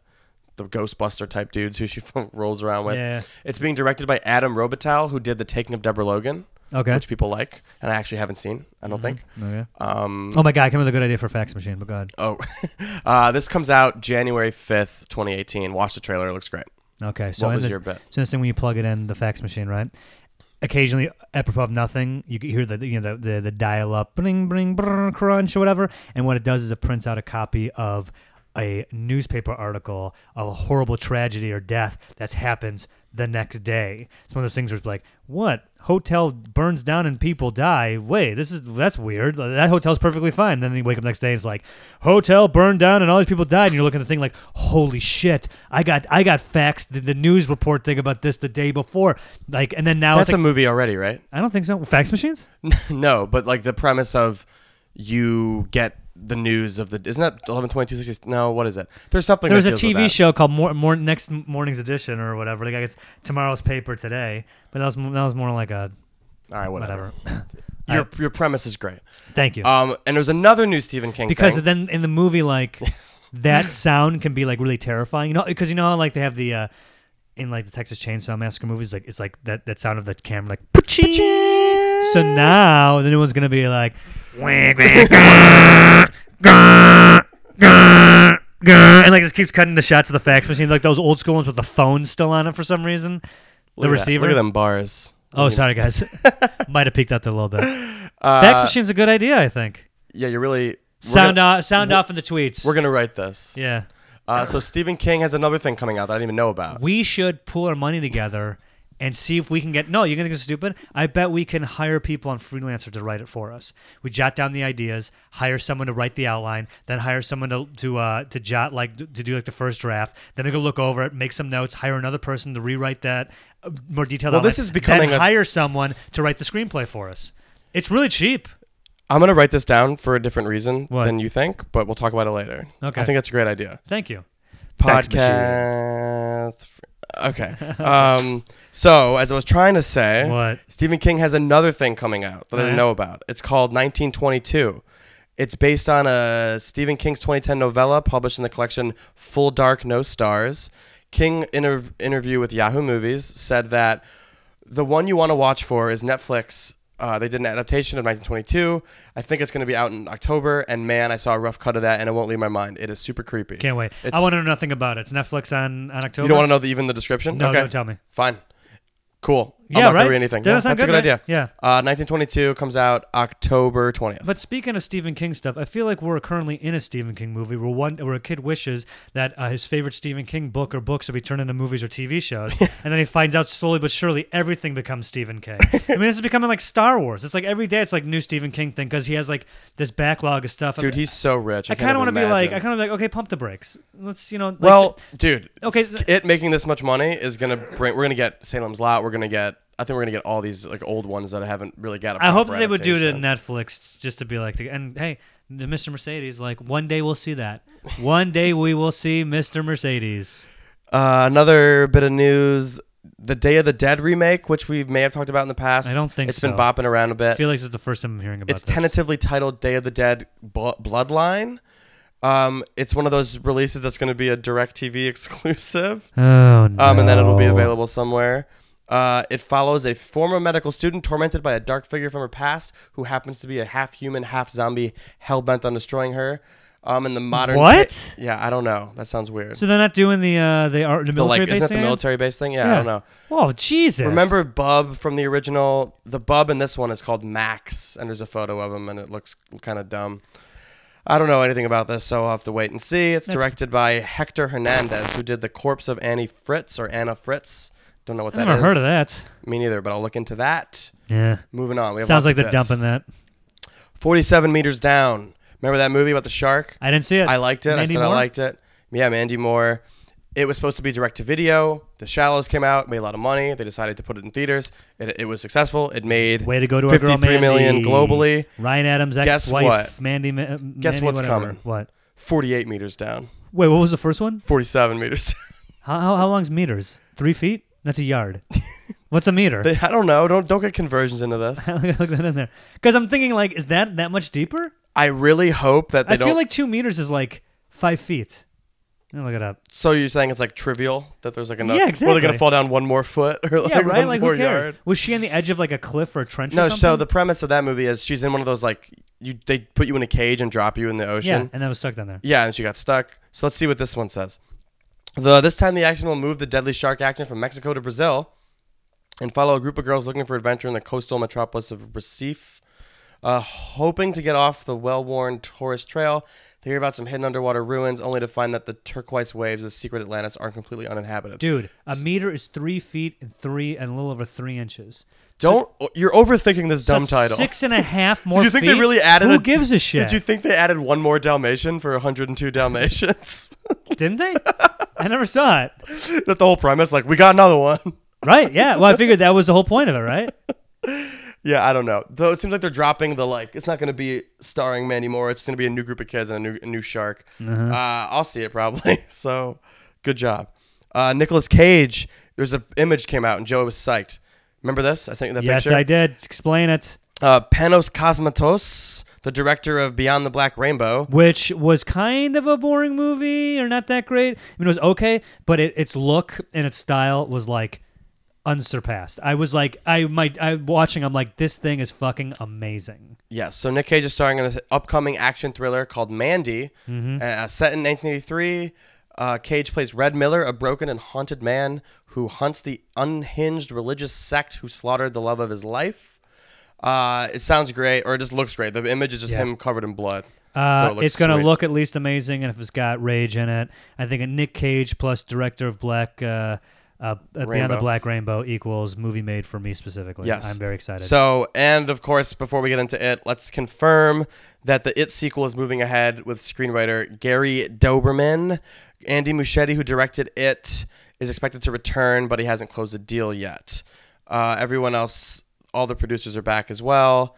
S2: the Ghostbuster type dudes who she *laughs* rolls around with.
S1: Yeah.
S2: It's being directed by Adam Robital, who did the Taking of Deborah Logan,
S1: okay. Mm-hmm.
S2: which people like, and I actually haven't seen. I don't think.
S1: okay.
S2: Um,
S1: Oh my god, I came up with a good idea for a fax machine. But god.
S2: Oh, *laughs* uh, this comes out January 5th, 2018. Watch the trailer. It looks great.
S1: Okay. So
S2: what
S1: in
S2: was
S1: this,
S2: your bet?
S1: So this thing when you plug it in the fax machine, right? Occasionally, apropos of nothing, you could hear the you know the the, the dial up, bring bring brr, crunch or whatever, and what it does is it prints out a copy of a newspaper article of a horrible tragedy or death that happens the next day. It's one of those things where it's like, what hotel burns down and people die? Wait, this is that's weird. That hotel's perfectly fine. Then you wake up next day and it's like, hotel burned down and all these people died. And you're looking at the thing like, holy shit, I got I got faxed the, the news report thing about this the day before. Like, and then now
S2: That's
S1: Oh, it's
S2: a
S1: like,
S2: movie already, right? *laughs*
S1: I I don't think so. Fax machines?
S2: no, but like the premise of you get the news of the isn't that 11 22 60 no what is it there's something
S1: There was
S2: that
S1: a
S2: deals with
S1: TV
S2: that.
S1: show called More, More Next Morning's Edition or whatever. Like I guess tomorrow's paper today, but that was that was more like a
S2: all right whatever, *laughs*
S1: whatever.
S2: your your premise is great
S1: Thank you.
S2: um and there's another new stephen king
S1: because
S2: thing.
S1: then in the movie
S2: *laughs*
S1: like that sound can be like really terrifying you know because you know how like they have the uh in like the texas chainsaw massacre movies like it's like that that sound of the camera like "Paching." so now the new one's gonna be like
S2: *laughs*
S1: and like just keeps cutting the shots of the fax machine like those old school ones with the phone still on it for some reason
S2: Look
S1: the
S2: at that.
S1: receiver
S2: look at them bars
S1: oh sorry guys
S2: *laughs*
S1: might have peeked out there a little bit fax machine's a good idea i think
S2: yeah you're really Uh, we're
S1: sound
S2: gonna-
S1: off sound off in the tweets
S2: we're gonna write this
S1: yeah
S2: uh so stephen king has another thing coming out that i didn't even know about
S1: we should pool our money together and see if we can get no you're gonna get stupid i bet we can hire people on freelancer to write it for us we jot down the ideas hire someone to write the outline then hire someone to to uh, to jot like to do like the first draft then we go look over it make some notes hire another person to rewrite that uh, more detailed
S2: Well, this
S1: outline,
S2: is becoming
S1: then
S2: a-
S1: hire someone to write the screenplay for us it's really cheap
S2: i'm gonna write this down for a different reason
S1: What?
S2: than you think but we'll talk about it later
S1: Okay.
S2: i think that's a great idea
S1: thank you
S3: Fax
S2: podcast. Okay.
S1: *laughs*
S2: Um, so as I was trying to say,
S1: What?
S2: Stephen King has another thing coming out that I
S1: Oh,
S2: didn't
S1: yeah?
S2: know about. It's called 1922. It's based on a Stephen King's 2010 novella published in the collection Full Dark No Stars. King in an interview with Yahoo Movies said that the one you want to watch for is Netflix. Uh, they did an adaptation of 1922. I think it's going to be out in October. And man, I saw a rough cut of that, and it won't leave my mind. It is super creepy.
S1: can't wait i
S2: It's-
S1: want to know nothing about it it's netflix on on october
S2: you don't want to know the, even the description?
S1: no
S2: okay.
S1: don't tell me
S2: Fine. Cool.
S1: Yeah,
S2: I'm not
S1: right?
S2: gonna read anything.
S1: That
S2: No,
S1: doesn't
S2: that's a
S1: sound
S2: good
S1: good,
S2: idea.
S1: right? Yeah.
S2: Uh, 1922 comes out October 20th.
S1: But speaking of Stephen King stuff, I feel like we're currently in a Stephen King movie where one where a kid wishes that uh, his favorite Stephen King book or books would be turned into movies or TV shows,
S2: *laughs*
S1: and then he finds out slowly but surely everything becomes Stephen King. I mean, this is becoming like Star Wars. It's like every day it's like new Stephen King thing because he has like this backlog of stuff.
S2: Dude, he's so rich. I,
S1: I kind of
S2: want to
S1: be like, I kind of like, okay, pump the brakes. Let's you know. Like,
S2: well, dude.
S1: Okay,
S2: Okay.
S1: th-
S2: It making this much money is gonna bring. We're gonna get Salem's Lot. We're gonna get. I think we're gonna get all these like old ones that I haven't really got. A
S1: I hope
S2: proper
S1: that they would do it at
S2: adaptation.
S1: Netflix just to be like, and hey, the Mr. Mercedes, like one day we'll see that. One day we will see Mr. Mercedes.
S2: Uh, another bit of news: the Day of the Dead remake, which we may have talked about in the past.
S1: I don't think
S2: it's
S1: so.
S2: been bopping around a bit.
S1: I feel like this is the first time I'm hearing about
S2: it's
S1: this.
S2: tentatively titled Day of the Dead Bl- Bloodline. Um, it's one of those releases that's going to be a DirecTV *laughs* exclusive,
S1: Oh no.
S2: um, and then it'll be available somewhere. Uh, it follows a former medical student tormented by a dark figure from her past who happens to be a half human, half zombie, hell bent on destroying her. Um, in the modern ta-
S1: What?
S2: yeah, I don't know. That sounds weird.
S1: So they're not doing the uh the art the
S2: the, like,
S1: military
S2: isn't
S1: base
S2: that the
S1: again?
S2: military base thing? Yeah, I
S1: Yeah.
S2: don't know.
S1: Oh Jesus!
S2: Remember Bub from the original? The Bub in this one is called Max, and there's a photo of him, and it looks kind of dumb. I don't know anything about this, so I'll have to wait and see. It's
S1: That's-
S2: directed by Hector Hernandez, who did The Corpse of Annie Fritz or Anna Fritz. Don't know what
S1: I
S2: that is.
S1: never heard of that.
S2: Me neither, but I'll look into that.
S1: Yeah.
S2: Moving on. We have
S1: Sounds
S2: lots
S1: like
S2: of
S1: they're
S2: this.
S1: dumping that.
S2: 47 meters down. Remember that movie about the shark?
S1: I didn't see *laughs* it.
S2: I liked it. I
S1: Mandy
S2: said I
S1: Moore?
S2: liked it. Yeah, Mandy Moore. It was supposed to be direct to video. The Shallows came out, made a lot of money. They decided to put it in theaters. It, it was successful. It made
S1: Way to go to our girl
S2: 53 million
S1: Mandy.
S2: globally.
S1: Ryan Adams'
S2: Guess
S1: ex-wife,
S2: what?
S1: Mandy. Ma- uh,
S2: Guess
S1: Mandy
S2: what's
S1: whatever.
S2: coming?
S1: What?
S2: 48 meters down.
S1: Wait, what was the first one?
S2: 47 meters. *laughs*
S1: How how, how long's meters? Three feet? That's a
S2: *laughs*
S1: yard. What's a meter?
S2: They- I don't know. Don't don't get conversions
S1: *laughs*
S2: into this.
S1: I *laughs* look that in there because I'm thinking like, is that that much deeper?
S2: I really hope that they
S1: I
S2: don't.
S1: feel like two meters is like five feet. Let me look it up.
S2: so you're saying it's like trivial that there's like enough.
S1: Yeah,
S2: Well, they're gonna
S1: exactly.
S2: fall down one more foot *laughs* or like
S1: Yeah, right.
S2: one
S1: Like
S2: more
S1: who cares?
S2: yard.
S1: Was she on the edge of like a cliff or a trench?
S2: No,
S1: or
S2: so the
S1: something?
S2: premise of that movie is she's in one of those like you they put you in a cage and drop you in the ocean.
S1: yeah, and that was stuck down there.
S2: Yeah, and she got stuck. So let's see what this one says. The this time the action will move the deadly shark action from Mexico to Brazil, and follow a group of girls looking for adventure in the coastal metropolis of Recife, uh, hoping to get off the well-worn tourist trail. They hear about some hidden underwater ruins, only to find that the turquoise waves of secret Atlantis are completely uninhabited.
S1: Dude, a meter is three feet and three and a little over three inches.
S2: Don't you're overthinking this dumb
S1: so
S2: title.
S1: Six and a
S2: *laughs*
S1: half more.
S2: Did you think
S1: feet?
S2: they really added?
S1: Who
S2: a-
S1: gives a shit?
S2: *laughs* Did you think they added one more Dalmatian for 102 Dalmatians?
S1: *laughs*
S2: *laughs*
S1: Didn't they? I never saw it.
S2: That's the whole premise. Like we got another one.
S1: Right? Yeah. Well, I figured that was the whole point of it,
S2: *laughs*
S1: right?
S2: Yeah, I don't know. Though it seems like they're dropping the like. It's not going to be starring Mandy Moore. It's going to be a new group of kids and a new a new shark.
S1: Uh-huh.
S2: uh I'll see it probably. *laughs* So, good job. Uh, Nicholas Cage. There's a image came out and Joey was psyched. Remember this? I sent you that
S1: yes,
S2: picture.
S1: I did. Explain it.
S2: Uh, Panos Cosmatos, the director of Beyond the Black Rainbow.
S1: Which was kind of a boring movie, or not that great. I mean, it was okay, but it, its look and its style was like unsurpassed. I was like, I might, I watching. I'm like, this thing is fucking amazing.
S2: Yes. So Nick Cage is starring in an upcoming action thriller called Mandy,
S1: Mm-hmm.
S2: uh, set in 1983. Uh, Cage plays Red Miller, a broken and haunted man who hunts the unhinged religious sect who slaughtered the love of his life. Uh, it sounds great, or it just looks great. The image is just him covered in blood.
S1: Uh,
S2: it looks
S1: it's gonna
S2: sweet.
S1: look at least amazing, and if it's got rage in it, I think a Nick Cage plus director of Black uh, uh, Beyond the
S2: Rainbow.
S1: Black Rainbow equals movie made for me specifically.
S2: Yes.
S1: I'm very excited.
S2: So, and of course, before we get into it, let's confirm that the It sequel is moving ahead with screenwriter Gary Doberman. Andy Muschietti, who directed It, is expected to return, but he hasn't closed the deal yet. Uh, everyone else, all the producers are back as well.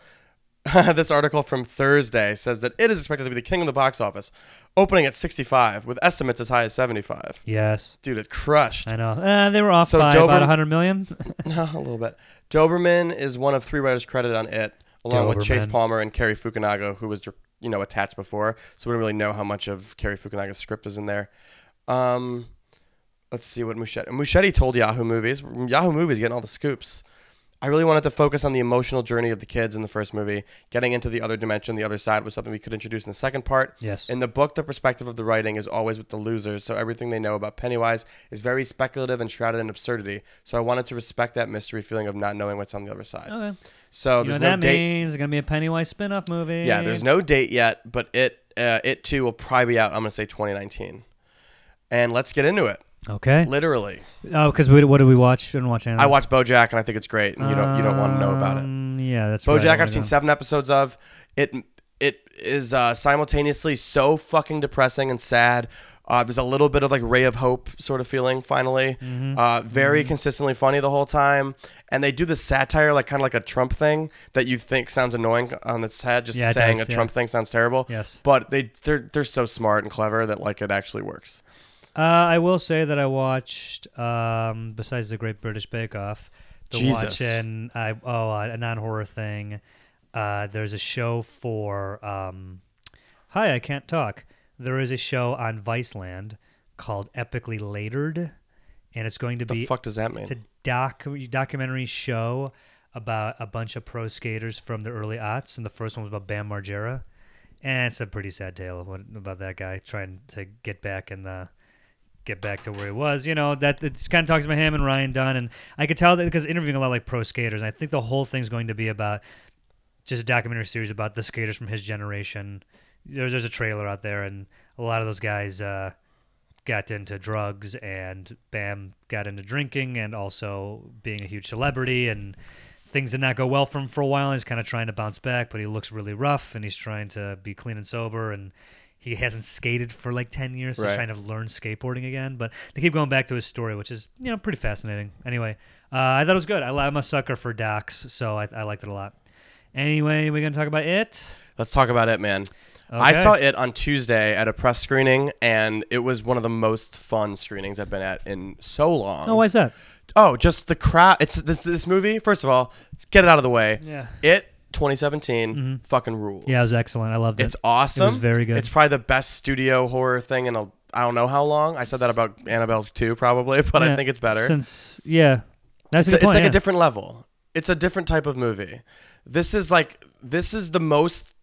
S2: *laughs* this article from Thursday says that it is expected to be the king of the box office, opening at 65, with estimates as high as 75.
S1: yes,
S2: Dude, it crushed.
S1: I know uh, they were off
S2: So
S1: by
S2: Dober-
S1: about 100
S2: *laughs*
S1: million.
S2: No, a little bit. Doberman is one of three writers credited on it, along with Chase
S1: Doberman.
S2: Palmer and Kerry Fukunaga, who was you know attached before. So we don't really know how much of Kerry Fukunaga's script is in there. Um, let's see what Muschetti. Muschetti told Yahoo Movies. Yahoo Movies getting all the scoops. I really wanted to focus on the emotional journey of the kids in the first movie. Getting into the other dimension, the other side, was something we could introduce in the second part.
S1: Yes.
S2: In the book, the perspective of the writing is always with the losers, so everything they know about Pennywise is very speculative and shrouded in absurdity. So I wanted to respect that mystery feeling of not knowing what's on the other side.
S1: okay.
S2: So
S1: You know
S2: Oh, there's
S1: what
S2: no
S1: that
S2: date.
S1: means? It's gonna be a Pennywise spin-off movie.
S2: Yeah, there's no date yet, but it uh, it too will probably be out. I'm gonna say 2019. And let's get into it.
S1: Okay.
S2: Literally,
S1: Oh, because what did we watch? We didn't watch anything.
S2: I watched BoJack, and I think it's great. And you don't you don't want to know about it.
S1: Um, Yeah, that's right.
S2: BoJack,
S1: I don't
S2: I've seen
S1: know.
S2: seven episodes of. It it is uh, simultaneously so fucking depressing and sad. Uh, there's a little bit of like ray of hope sort of feeling finally.
S1: Mm-hmm.
S2: Uh, very consistently funny the whole time, and they do the satire like kind of like a Trump thing that you think sounds annoying on its head. Just
S1: Yeah, it
S2: saying
S1: does,
S2: a
S1: yeah.
S2: Trump thing sounds terrible.
S1: Yes.
S2: but they they're they're so smart and clever that like it actually works.
S1: Uh, I will say that I watched, um, besides the Great British Bake Off, the
S2: Jesus.
S1: watching I oh uh, a non horror thing. Uh, there's a show for um, hi I can't talk. there is a show on Viceland called Epically Latered, and it's going to
S2: The
S1: be
S2: fuck does that mean?
S1: it's a doc documentary show about a bunch of pro skaters from the early aughts, and the first one was about Bam Margera, and it's a pretty sad tale of what, about that guy trying to get back in the get back to where he was. You know that it's kind of talks about him and Ryan Dunn, and I could tell that because interviewing a lot of like pro skaters, and I think the whole thing's going to be about just a documentary series about the skaters from his generation. There's there's a trailer out there, and a lot of those guys. Uh, got into drugs and Bam got into drinking and also being a huge celebrity and things did not go well for him for a while. He's kind of trying to bounce back, but he looks really rough and he's trying to be clean and sober and he hasn't skated for like 10 years. So he's
S2: Right.
S1: trying to learn skateboarding again, but they keep going back to his story, which is, you know, pretty fascinating. Anyway, uh, I thought it was good. I, li- I'm a sucker for docs, so I, I liked it a lot. Anyway, we're going to talk about it.
S2: Let's talk about it, man. I
S1: Okay.
S2: saw it on Tuesday at a press screening, and it was one of the most fun screenings I've been at in so long.
S1: Oh, why is that?
S2: Oh, just the crowd. It's this, this movie. First of all, let's get it out of the way.
S1: Yeah.
S2: It 2017 fucking rules.
S1: Mm-hmm. Yeah, it was excellent. I loved it.
S2: It's awesome.
S1: very good.
S2: It's probably the best studio horror thing in a I don't know how long. I said that about Annabelle 2 probably, *laughs* but I
S1: Yeah,
S2: think it's better.
S1: Since, yeah. That's
S2: it's,
S1: a good
S2: it's
S1: point,
S2: like
S1: yeah.
S2: a different level. It's a different type of movie. This is like this is the most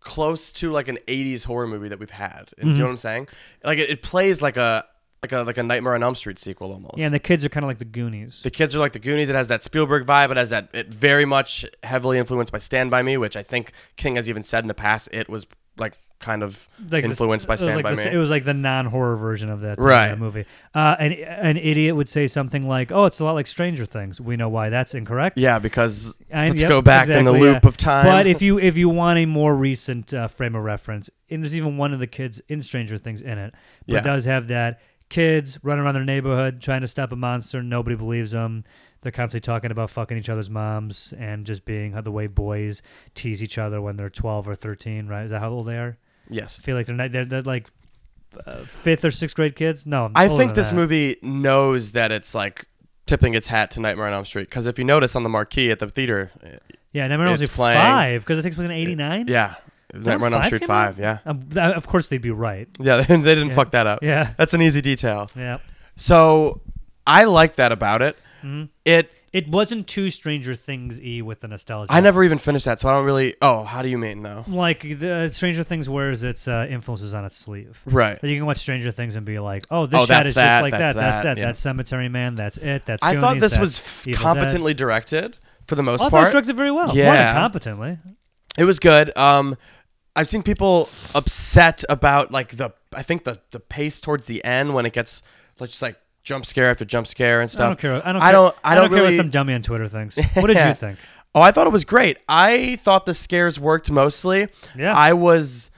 S2: close to like an 80s horror movie that we've had. Do You
S1: Mm-hmm.
S2: know what I'm saying? Like it, it plays like a like a like a Nightmare on Elm Street sequel almost.
S1: Yeah, and the kids are kind of like the Goonies.
S2: The kids are like the Goonies. It has that Spielberg vibe. It has that. It very much heavily influenced by Stand by Me, which I think King has even said in the past. It was like kind of
S1: like this-
S2: influenced by
S1: it was
S2: Stand
S1: like
S2: by
S1: this-
S2: Me.
S1: It was like the non-horror version of that, uh,
S2: Right.
S1: that movie. Uh, an an idiot would say something like, "Oh, it's a lot like Stranger Things." We know why that's incorrect.
S2: yeah, because
S1: I-
S2: let's
S1: yep,
S2: go back in the
S1: exactly,
S2: loop
S1: yeah.
S2: of time.
S1: But if you if you want a more recent uh, frame of reference, and there's even one of the kids in Stranger Things in it, but
S2: Yeah.
S1: does have that kids running around their neighborhood trying to stop a monster. Nobody believes them. They're constantly talking about fucking each other's moms and just being how the way boys tease each other when they're 12 or 13. Right? Is that how old they are?
S2: yes,
S1: feel like they're not, they're, they're like uh, fifth or sixth grade kids. No,
S2: I
S1: older
S2: think
S1: than
S2: this
S1: that.
S2: movie knows that it's like tipping its hat to Nightmare on Elm Street. Because if you notice on the marquee at the theater, uh,
S1: Yeah, Nightmare on Elm
S2: it's
S1: Street
S2: playing-
S1: five because it takes place in '89.
S2: yeah, Nightmare on Elm
S1: five
S2: Street
S1: came out?
S2: Five, yeah, *laughs*
S1: Um, th- of course they'd be right.
S2: yeah, they didn't
S1: Yeah.
S2: fuck that up.
S1: Yeah,
S2: That's an easy detail.
S1: yeah.
S2: So I like that about it.
S1: Mm-hmm.
S2: It
S1: It wasn't too Stranger Things y with the nostalgia.
S2: I never even finished that, so I don't really. Oh, how do you mean though?
S1: like the uh, Stranger Things wears its uh, influences on its sleeve.
S2: Right.
S1: You can watch Stranger Things and be like, "Oh, this
S2: Oh,
S1: shot
S2: that's
S1: is
S2: that,
S1: just like
S2: that's
S1: that. That's
S2: that,
S1: that.
S2: yeah.
S1: That's Cemetery Man. That's it. That's."
S2: I thought
S1: Goonies,
S2: this
S1: that's
S2: was f-
S1: Evil Dead."
S2: competently directed for the most
S1: Oh, I thought it was
S2: part.
S1: directed very well.
S2: Yeah.
S1: More than competently.
S2: it was good. Um, I've seen people upset about like the I think the the pace towards the end when it gets like just like jump scare after jump scare and
S1: I
S2: stuff.
S1: don't care. I don't.
S2: I
S1: care-
S2: don't. I don't,
S1: care what
S2: really.
S1: some dummy on Twitter
S2: *laughs*
S1: thinks. What did
S2: Yeah.
S1: you think?
S2: Oh, I thought it was great. I thought the scares worked mostly.
S1: Yeah.
S2: I was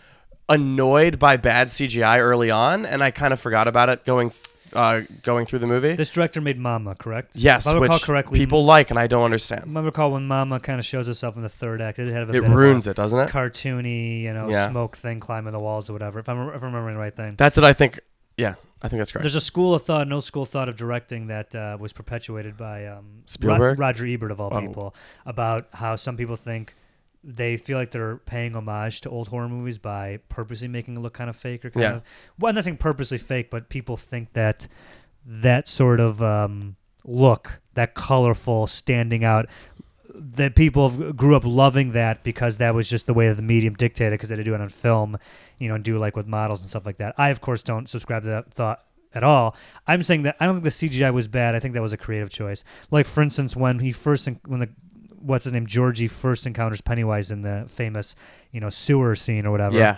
S2: annoyed by bad CGI early on, and I kind of forgot about it going th- uh, going through the movie.
S1: This director made Mama, correct?
S2: yes,
S1: if I
S2: which
S1: recall correctly.
S2: people like, and I don't understand.
S1: if I recall when Mama kind of shows herself in the third act. It had a
S2: It
S1: bit of a
S2: ruins it, doesn't it?
S1: cartoony, you know,
S2: Yeah.
S1: smoke thing climbing the walls or whatever. If I'm, if I'm remembering the right thing.
S2: That's what I think. Yeah, I think that's correct.
S1: There's a school of thought, no school thought of directing that uh, was perpetuated by um,
S2: Spielberg?
S1: Ro- Roger Ebert of all
S2: Oh.
S1: people, about how some people think they feel like they're paying homage to old horror movies by purposely making it look kind of fake or kind
S2: Yeah.
S1: of well, I'm not saying purposely fake, but people think that that sort of um, look, that colorful, standing out. That people have- grew up loving that because that was just the way that the medium dictated because they had to do it on film, you know, and do like with models and stuff like that. I, of course, don't subscribe to that thought at all. I'm saying that I don't think the CGI was bad. I think that was a creative choice. Like for instance, when he first en- when the what's his name Georgie first encounters Pennywise in the famous you know sewer scene or whatever.
S2: yeah,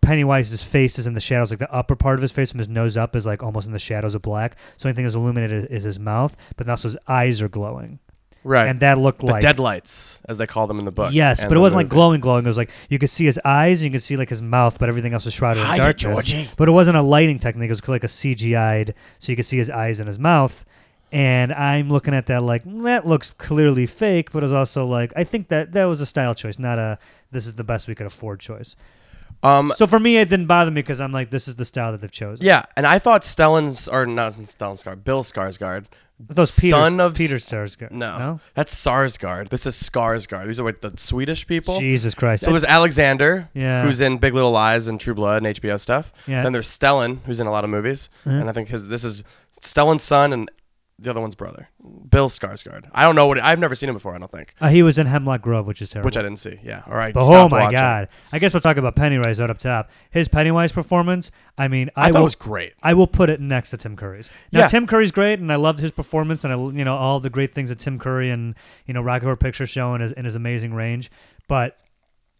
S1: Pennywise's face is in the shadows, like the upper part of his face from his nose up is like almost in the shadows of black. So only thing that's illuminated is his mouth, but also his eyes are glowing,
S2: right.
S1: and that looked
S2: the
S1: like
S2: deadlights, as they call them in the book.
S1: Yes,
S2: and
S1: but it
S2: the
S1: wasn't like
S2: movie.
S1: glowing, glowing. It was like you could see his eyes, and you could see like his mouth, but everything else was shrouded
S2: Hide
S1: in
S2: it,
S1: darkness.
S2: Georgie.
S1: But it wasn't a lighting technique. It was like a CGI'd, so you could see his eyes and his mouth. And I'm looking at that like "Mm, that looks clearly fake, but it's also like I think that that was a style choice, not a this is the best we could afford choice.
S2: Um,
S1: So for me, it didn't bother me because I'm like this is the style that they've chosen.
S2: Yeah, and I thought Stellan, or not Stellan Scar, Bill Skarsgård
S1: Those Peter,
S2: Son of
S1: Peter Sarsgaard.
S2: No, that's Sarsgaard. This is Skarsgård. These are what the Swedish people.
S1: Jesus Christ.
S2: So there's Alexander,
S1: Yeah.
S2: who's in Big Little Lies and True Blood and HBO stuff.
S1: Yeah. Uh-huh.
S2: Then there's Stellan, who's in a lot of movies, and I think his this is Stellan's son and the other one's brother, Bill Skarsgård. I don't know what I've never seen him before. I don't think,
S1: Uh, he was in Hemlock Grove, which is terrible.
S2: which I didn't see. Yeah, all right.
S1: But oh
S2: stopped
S1: my
S2: watching.
S1: god! I guess we'll talk about Pennywise right up top. His Pennywise performance. I mean,
S2: I,
S1: I,
S2: thought
S1: will.
S2: it was great.
S1: I will put it next to Tim Curry's. Now,
S2: Yeah.
S1: Tim Curry's great, and I loved his performance, and I, you know, all the great things that Tim Curry and you know Rocky Horror Picture Show and his, and his amazing range. But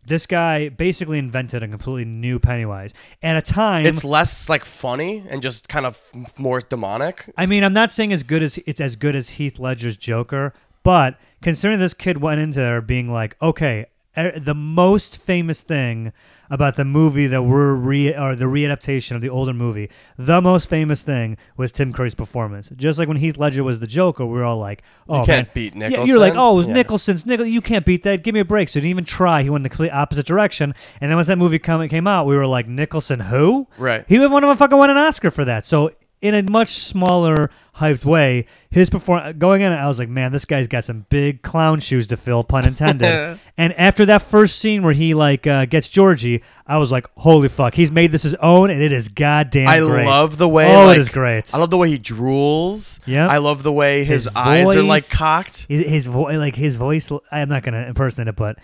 S1: this guy basically invented a completely new Pennywise at a time.
S2: It's less like funny and just kind of f- more demonic.
S1: I mean, I'm not saying as good as it's as good as Heath Ledger's Joker, but considering this kid went into there being like, okay, er, the most famous thing about the movie that we're re or the readaptation of the older movie, the most famous thing was Tim Curry's performance. Just like when Heath Ledger was the Joker, we were all like, oh, man.
S2: can't beat
S1: Yeah, you're like,
S2: Nicholson.
S1: oh, it was
S2: Yeah.
S1: Nicholson's Nicholson. You can't beat that. Give me a break. So he didn't even try. He went the complete opposite direction. And then once that movie come, came out, we were like, Nicholson who?
S2: Right.
S1: He would want to fucking won an Oscar for that. So in a much smaller hyped way, his perform going in, I was like, man, this guy's got some big clown shoes to fill, pun
S2: *laughs*
S1: intended. and after that first scene where he like uh, gets Georgie, I was like, holy fuck, he's made this his own, and it is goddamn.
S2: I
S1: great.
S2: love the way.
S1: Oh,
S2: like,
S1: it is great.
S2: I love the way he drools.
S1: Yeah.
S2: I love the way his,
S1: His
S2: eyes are like
S1: voice.
S2: cocked.
S1: his, his voice, like his voice. I'm not gonna impersonate it, but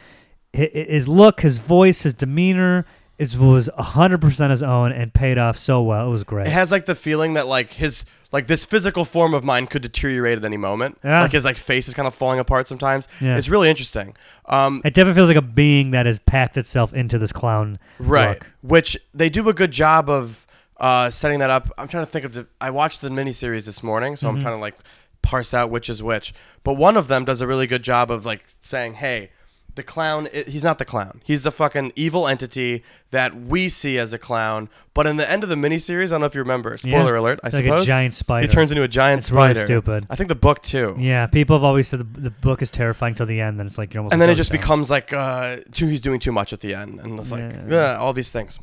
S1: hi- hi- his look, his voice, his demeanor is was 100 percent his own and paid off so well. It was
S2: *laughs*
S1: great.
S2: It has like the feeling that like his like this physical form of mine could deteriorate at any moment.
S1: Yeah.
S2: Like his like face is kind of falling apart sometimes.
S1: Yeah.
S2: It's really interesting. Um,
S1: It definitely feels like a being that has packed itself into this clown
S2: right.
S1: look.
S2: Which they do a good job of uh, setting that up. I'm trying to think of. The, I watched the miniseries this morning, so
S1: Mm-hmm.
S2: I'm trying to like parse out which is which. But one of them does a really good job of like saying, "Hey." The clown, i he's not the clown. He's the fucking evil entity that we see as a clown. But in the end of the miniseries, I don't know if you remember. Spoiler alert, I
S1: It's like
S2: suppose.
S1: a giant spider.
S2: He turns into a giant
S1: It's really
S2: spider.
S1: stupid.
S2: I think the book too.
S1: yeah, people have always said the, the book is terrifying till the end. Then it's like oh, you're almost.
S2: And then
S1: a
S2: it just
S1: ghost town.
S2: becomes like uh too, he's doing too much at the end and it's like
S1: Yeah.
S2: yeah, all these things.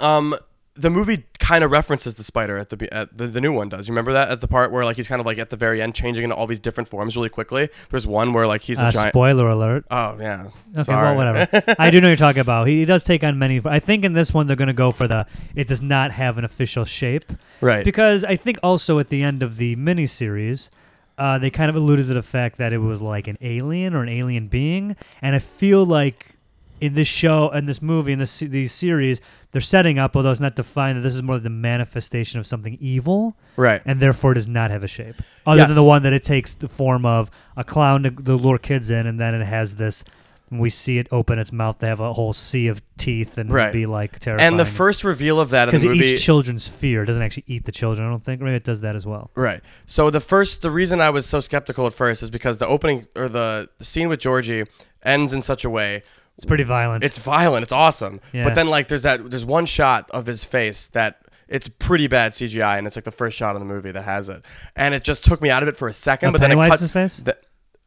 S2: Um the movie kind of references the spider at the, be- at the the new one does. You remember that at the part where like he's kind of like at the very end changing into all these different forms really quickly. There's one where like he's a
S1: Uh,
S2: giant
S1: spoiler alert.
S2: Oh yeah.
S1: Okay,
S2: Sorry.
S1: well,
S2: *laughs*
S1: whatever. I do know what you're talking about. He, he does take on many. I think in this one they're going to go for the. It does not have an official shape.
S2: right.
S1: Because I think also at the end of the miniseries, uh, they kind of alluded to the fact that it was like an alien or an alien being, and I feel like in this show and this movie and this these series, they're setting up, although it's not defined, that this is more the manifestation of something evil,
S2: right.
S1: and therefore does not have a shape other than
S2: Yes.
S1: the one that it takes the form of a clown to, to lure kids in, and then it has this. We see it open its mouth to have a whole sea of teeth and
S2: Right.
S1: be like terrifying.
S2: And the first reveal of that in
S1: Because
S2: the
S1: it
S2: movie
S1: eats children's fear. It doesn't actually eat the children, I don't think. Maybe it does that as well.
S2: Right. So the first, the reason I was so skeptical at first is because the opening or the, the scene with Georgie ends in such a way.
S1: It's pretty violent.
S2: Mm. It's violent. It's awesome.
S1: Yeah.
S2: But then like there's that there's one shot of his face that it's pretty bad CGI and it's like the first shot in the movie that has it. And it just took me out of it for a second.
S1: Uh,
S2: but then it cuts
S1: Pennywise's face?
S2: The,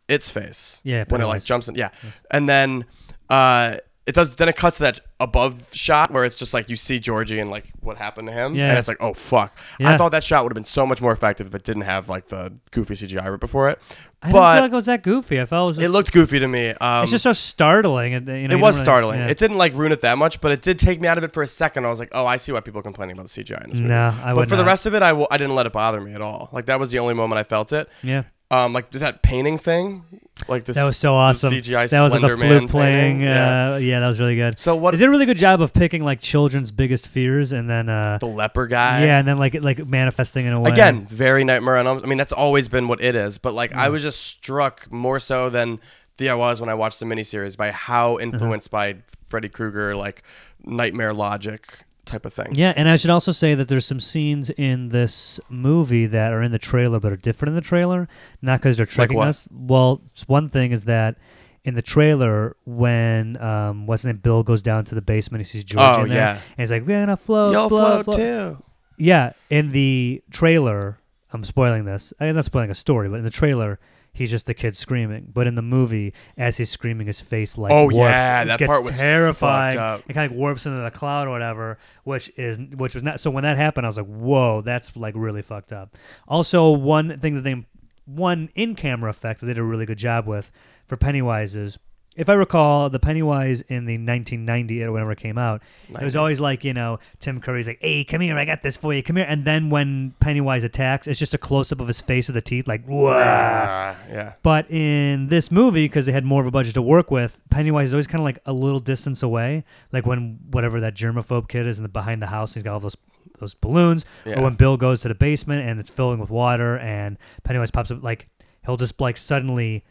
S2: its face.
S1: Yeah,
S2: When it like
S1: Pennywise.
S2: jumps in. Yeah. And then uh it does then it cuts to that above shot where it's just like you see Georgie and like what happened to him.
S1: Yeah.
S2: And it's like, oh fuck.
S1: Yeah.
S2: I thought that shot would have been so much more effective if it didn't have like the goofy CGI right before it.
S1: I didn't feel
S2: but
S1: like it was that goofy. I felt it was just,
S2: it looked goofy to me. Um,
S1: it's just so startling. and, you know,
S2: it
S1: you
S2: was
S1: don't really-
S2: startling.
S1: yeah.
S2: It didn't like ruin it that much, but it did take me out of it for a second. I was like, oh, I see why people are complaining about the CGI in this movie.
S1: No, I would
S2: but for the
S1: not.
S2: rest of it, I w- I didn't let it bother me at all. Like that was the only moment I felt it.
S1: Yeah.
S2: Um, like that painting thing, like this.
S1: That was so
S2: the
S1: awesome.
S2: CGI
S1: that was like a
S2: Slender
S1: flute
S2: Man
S1: playing.
S2: painting. Yeah.
S1: Uh, yeah, that was really good.
S2: So what?
S1: They did a really good job of picking like children's biggest fears and then uh
S2: the leper guy.
S1: yeah, and then like it- like manifesting in a way.
S2: Again, very Nightmare on Elm. I mean, that's always been what it is. But like,
S1: Mm.
S2: I was just struck more so than the I was when I watched the miniseries by
S1: Uh-huh.
S2: how influenced by Freddy Krueger, like nightmare logic type of thing.
S1: Yeah, and I should also say that there's some scenes in this movie that are in the trailer but are different in the trailer, not because they're tricking
S2: what?
S1: us. Well, s- one thing is that in the trailer, when um, what's his name, Bill goes down to the basement, he sees George
S2: Oh,
S1: in there,
S2: yeah.
S1: and he's like, "We're gonna float,
S2: You'll
S1: float,
S2: float,
S1: float."
S2: too.
S1: Yeah, in the trailer, I'm spoiling this. I'm not spoiling a story, but in the trailer. He's just the kid screaming, but in the movie, as he's screaming, his face like
S2: Oh,
S1: warps.
S2: yeah,
S1: It
S2: that
S1: gets
S2: part was
S1: terrifying.
S2: fucked up.
S1: It kind of warps into the cloud or whatever, which is which was not. So when that happened, I was like, "Whoa, that's like really fucked up." Also, one thing that they one in camera effect that they did a really good job with for Pennywise is, if I recall, the Pennywise in the 1990 or whenever it came out, it was always like, you know, Tim Curry's like, hey, come here, I got this for you, come here. And then when Pennywise attacks, it's just a close up of his face with the teeth, like, whoa.
S2: Ah, yeah.
S1: But in this movie, because they had more of a budget to work with, Pennywise is always kind of like a little distance away. Like when whatever that germaphobe kid is in the behind the house, he's got all those those balloons.
S2: Yeah.
S1: Or when Bill goes to the basement and it's filling with water, and Pennywise pops up, like he'll just like suddenly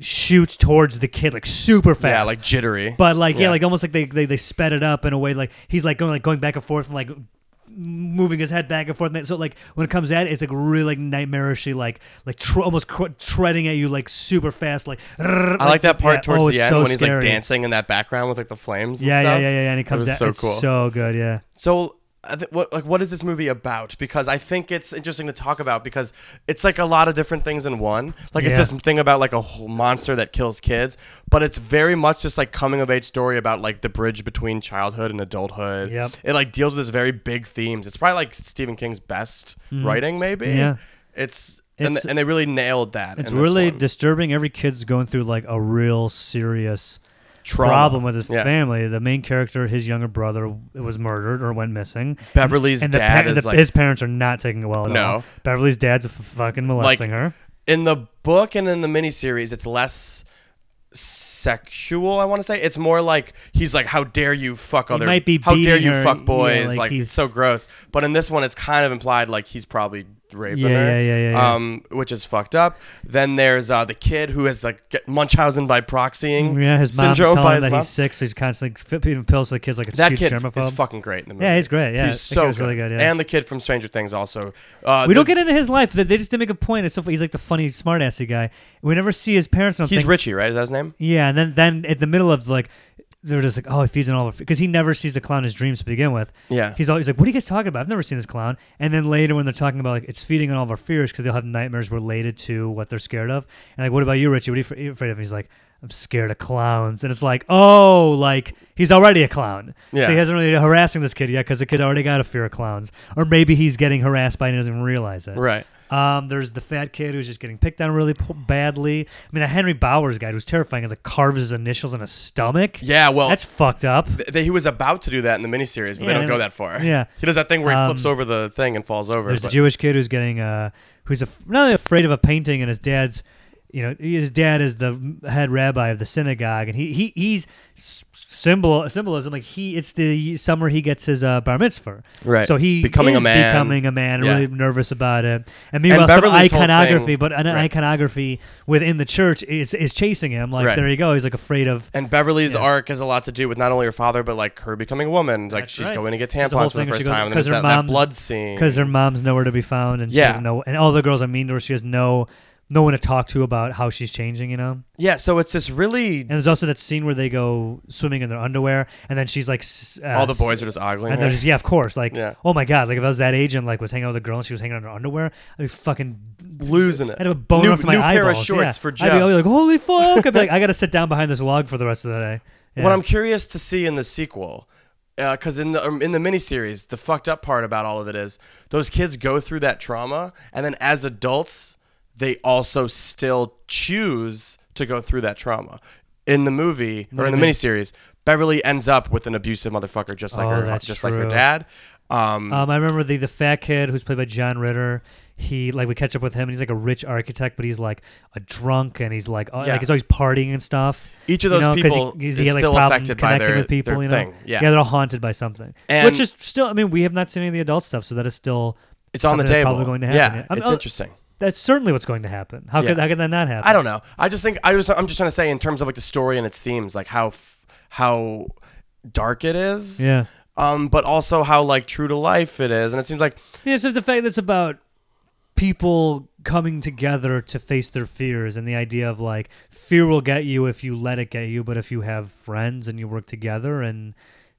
S1: shoots towards the kid like super fast.
S2: Yeah, like jittery.
S1: But like yeah,
S2: Yeah.
S1: like almost like they, they they sped it up in a way like he's like going like going back and forth and like moving his head back and forth. And so like when it comes at it, it's like really like nightmarishly like like tr- almost cr- treading at you like super fast
S2: *laughs*
S1: like.
S2: I like that part towards the end
S1: oh, so
S2: when he's
S1: scary.
S2: like dancing in that background with like the flames.
S1: Yeah,
S2: and
S1: yeah,
S2: stuff.
S1: yeah, yeah, yeah, and he comes
S2: was
S1: at
S2: so
S1: it's
S2: cool.
S1: so good, yeah.
S2: So, I thi- what like what is this movie about? Because I think it's interesting to talk about because it's like a lot of different things in one. Like
S1: Yeah.
S2: it's this thing about like a whole monster that kills kids, but it's very much just like coming of age story about like the bridge between childhood and adulthood.
S1: Yep.
S2: It like deals with this very big themes. It's probably like Stephen King's best writing, maybe.
S1: Mm-hmm. Yeah.
S2: It's. And,
S1: It's-
S2: th- and they really nailed that.
S1: It's
S2: in this
S1: really
S2: one.
S1: disturbing. Every kid's going through like a real serious
S2: Trauma.
S1: problem with his
S2: Yeah.
S1: family. The main character, his younger brother, was murdered or went missing.
S2: Beverly's
S1: and the
S2: dad
S1: pa-
S2: is
S1: the-
S2: like
S1: his parents are not taking it well at
S2: No.
S1: all. Beverly's dad's f- fucking molesting her.
S2: in the book and in the miniseries, it's less sexual. I want to say it's more like he's like, "How dare you fuck other?
S1: might be
S2: how dare
S1: beating
S2: you
S1: her,
S2: fuck
S1: yeah,
S2: boys?
S1: like,
S2: like
S1: he's-
S2: it's so gross." But in this one, it's kind of implied like he's probably raping
S1: Yeah,
S2: her,
S1: yeah, yeah, yeah, yeah.
S2: um, which is fucked up. Then there's uh, the kid who is like get Munchausen by proxying,
S1: Mm, Yeah, his mom's
S2: syndrome
S1: telling
S2: by
S1: him
S2: his
S1: that
S2: mom.
S1: he's sick, so he's constantly f- feeding pills to the kids like it's
S2: That
S1: huge
S2: kid
S1: germaphobe.
S2: is fucking great in the movie.
S1: yeah, he's great. Yeah,
S2: he's
S1: That kid
S2: so
S1: was really good. Yeah.
S2: And the kid from Stranger Things also. Uh,
S1: we
S2: the-
S1: don't get into his life. They they just didn't make a point. It's so fu- he's like the funny, smartassy guy. We never see his parents. I don't
S2: He's
S1: think.
S2: Richie, right? Is that his name?
S1: Yeah, and then then at the middle of like. They're just like, oh, he feeds on all of because he never sees the clown in his dreams to begin with.
S2: Yeah.
S1: he's always like, what are you guys talking about? I've never seen this clown. And then later when they're talking about like it's feeding on all of our fears because they'll have nightmares related to what they're scared of. And like, what about you, Richie? What are you fr- you afraid of? And he's like, I'm scared of clowns. And it's like, oh, like he's already a clown.
S2: Yeah.
S1: So he hasn't really harassing this kid yet because the kid already got a fear of clowns, or maybe he's getting harassed by it and doesn't even realize it.
S2: Right.
S1: Um, there's the fat kid who's just getting picked on really p- badly. I mean, a Henry Bowers guy who's terrifying and like carves his initials in his stomach.
S2: Yeah. Well,
S1: that's fucked up.
S2: th- he was about to do that in the miniseries, but
S1: Yeah,
S2: they don't
S1: and-
S2: go that far.
S1: yeah.
S2: he does that thing where he
S1: Um,
S2: flips over the thing and falls over.
S1: There's the
S2: but-
S1: Jewish kid who's getting uh, who's af- not only afraid of a painting and his dad's, you know, his dad is the head rabbi of the synagogue, and he he he's s- symbol symbolism like he it's the summer he gets his uh, bar mitzvah.
S2: Right.
S1: So he
S2: Becoming a
S1: is
S2: man.
S1: becoming a man, and
S2: Yeah.
S1: really nervous about it. And meanwhile, some
S2: Beverly's whole
S1: iconography,
S2: thing-
S1: but an
S2: right.
S1: iconography within the church is is chasing him. Like
S2: Right.
S1: there you go, he's like afraid of.
S2: and Beverly's
S1: Yeah.
S2: arc has a lot to do with not only her father, but like her becoming a woman. Like
S1: That's
S2: she's
S1: right.
S2: going to get
S1: There's a whole
S2: tampons for the
S1: thing where she
S2: first
S1: goes-
S2: time, and
S1: 'cause
S2: there's
S1: her
S2: that, that
S1: mom's-
S2: blood scene.
S1: because her mom's nowhere to be found, and she
S2: Yeah.
S1: has no, and all the girls are mean to her. She has no, no one to talk to about how she's changing. You know,
S2: yeah, so it's this really
S1: and there's also that scene where they go swimming in their underweer, and then she's like, s- uh,
S2: all the boys
S1: s-
S2: are just ogling.
S1: and they're
S2: her.
S1: just yeah, of course, like
S2: Yeah.
S1: oh my god, like if I was that age and like was hanging out with a girl and she was hanging out in her underwear, I'd be fucking.
S2: losing it.
S1: I'd have a bone
S2: new
S1: up to my
S2: new
S1: eyeballs.
S2: pair of shorts
S1: yeah.
S2: for
S1: I'd be, oh, I'd
S2: Jeff.
S1: be like, holy fuck! I'd be like, I gotta sit down behind this log for the rest of the
S2: *laughs*
S1: day. Yeah.
S2: What I'm curious to see in the sequel, because in the um, in the miniseries, the fucked up part about all of it is those kids go through that trauma, and then as adults, they also still choose to go through that trauma. In the movie or
S1: Mm-hmm.
S2: in the miniseries, Beverly ends up with an abusive motherfucker, just like
S1: Oh,
S2: her,
S1: that's
S2: just like
S1: true.
S2: her dad. Um,
S1: Um, I remember the the fat kid who's played by John Ritter. He like we catch up with him, and he's like a rich architect, but he's like a drunk, and he's like uh,
S2: Yeah.
S1: like he's always partying and stuff.
S2: Each of
S1: you
S2: those
S1: know, 'cause
S2: people
S1: he, 'cause
S2: is
S1: he had, like,
S2: still
S1: problems
S2: affected by
S1: connecting
S2: their-
S1: with people.
S2: their
S1: you know,
S2: thing. Yeah.
S1: they're all haunted by something, which
S2: And-
S1: is still. I mean, we have not seen any of the adult stuff, so that is still.
S2: it's on the
S1: something that's
S2: table.
S1: Probably going to happen.
S2: yeah,
S1: I mean,
S2: it's
S1: oh,
S2: interesting.
S1: That's certainly what's going to happen. How could
S2: Yeah.
S1: how could that not happen?
S2: I don't know. I just think I was. I'm just trying to say in terms of like the story and its themes, like how f- how dark it is.
S1: Yeah.
S2: Um, but also how like true to life it is, and it seems like
S1: Yeah, so the fact that's about people coming together to face their fears and the idea of like fear will get you if you let it get you, but if you have friends and you work together and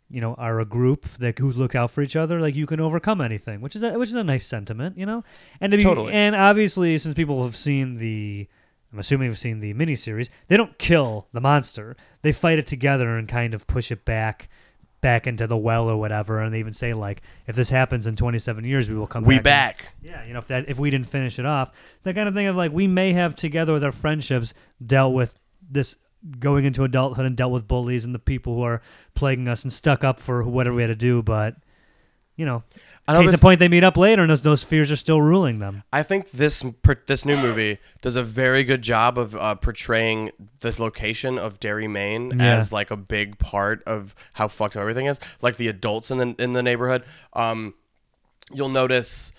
S1: you know are a group that who look out for each other, like you can overcome anything, which is a, which is a nice sentiment, you know. And to be,
S2: Totally.
S1: and obviously since people have seen the. I'm assuming you've seen the miniseries. They don't kill the monster. They fight it together and kind of push it back back into the well or whatever, and they even say like, if this happens in 27 years, we will come.
S2: We
S1: back.
S2: back.
S1: And- yeah, you know, if that if we didn't finish it off, that kind of thing of like we may have together with our friendships dealt with this going into adulthood and dealt with bullies and the people who are plaguing us and stuck up for whatever we had to do, but. You know,
S2: I don't
S1: case in
S2: think-
S1: point, they meet up later, and those, those fears are still ruling them.
S2: I think this per- this new movie does a very good job of uh, portraying this location of Derry, Maine,
S1: Yeah.
S2: as like a big part of how fucked up everything is. Like the adults in the in the neighborhood. Um, you'll notice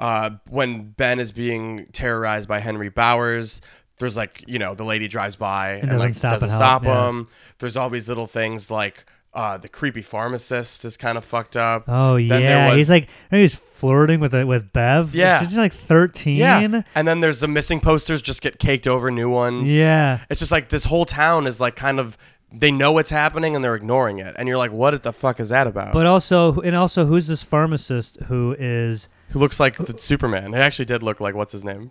S2: uh, when Ben is being terrorized by Henry Bowers. There's like you know the lady drives by and,
S1: doesn't
S2: like
S1: stop
S2: doesn't
S1: and
S2: stop
S1: help, yeah.
S2: him. There's all these little things like uh, the creepy pharmacist is kind of fucked up.
S1: Oh
S2: Then there
S1: yeah,
S2: was-
S1: he's like he's flirting with uh, with Bev.
S2: Yeah.
S1: he's like thirteen.
S2: Yeah. And then there's the missing posters just get caked over new ones.
S1: Yeah.
S2: It's just like this whole town is like kind of they know what's happening and they're ignoring it. And you're like, what the fuck is that about?
S1: But also, and also, who's this pharmacist who is
S2: Who looks like the Superman. It actually did look like what's his name?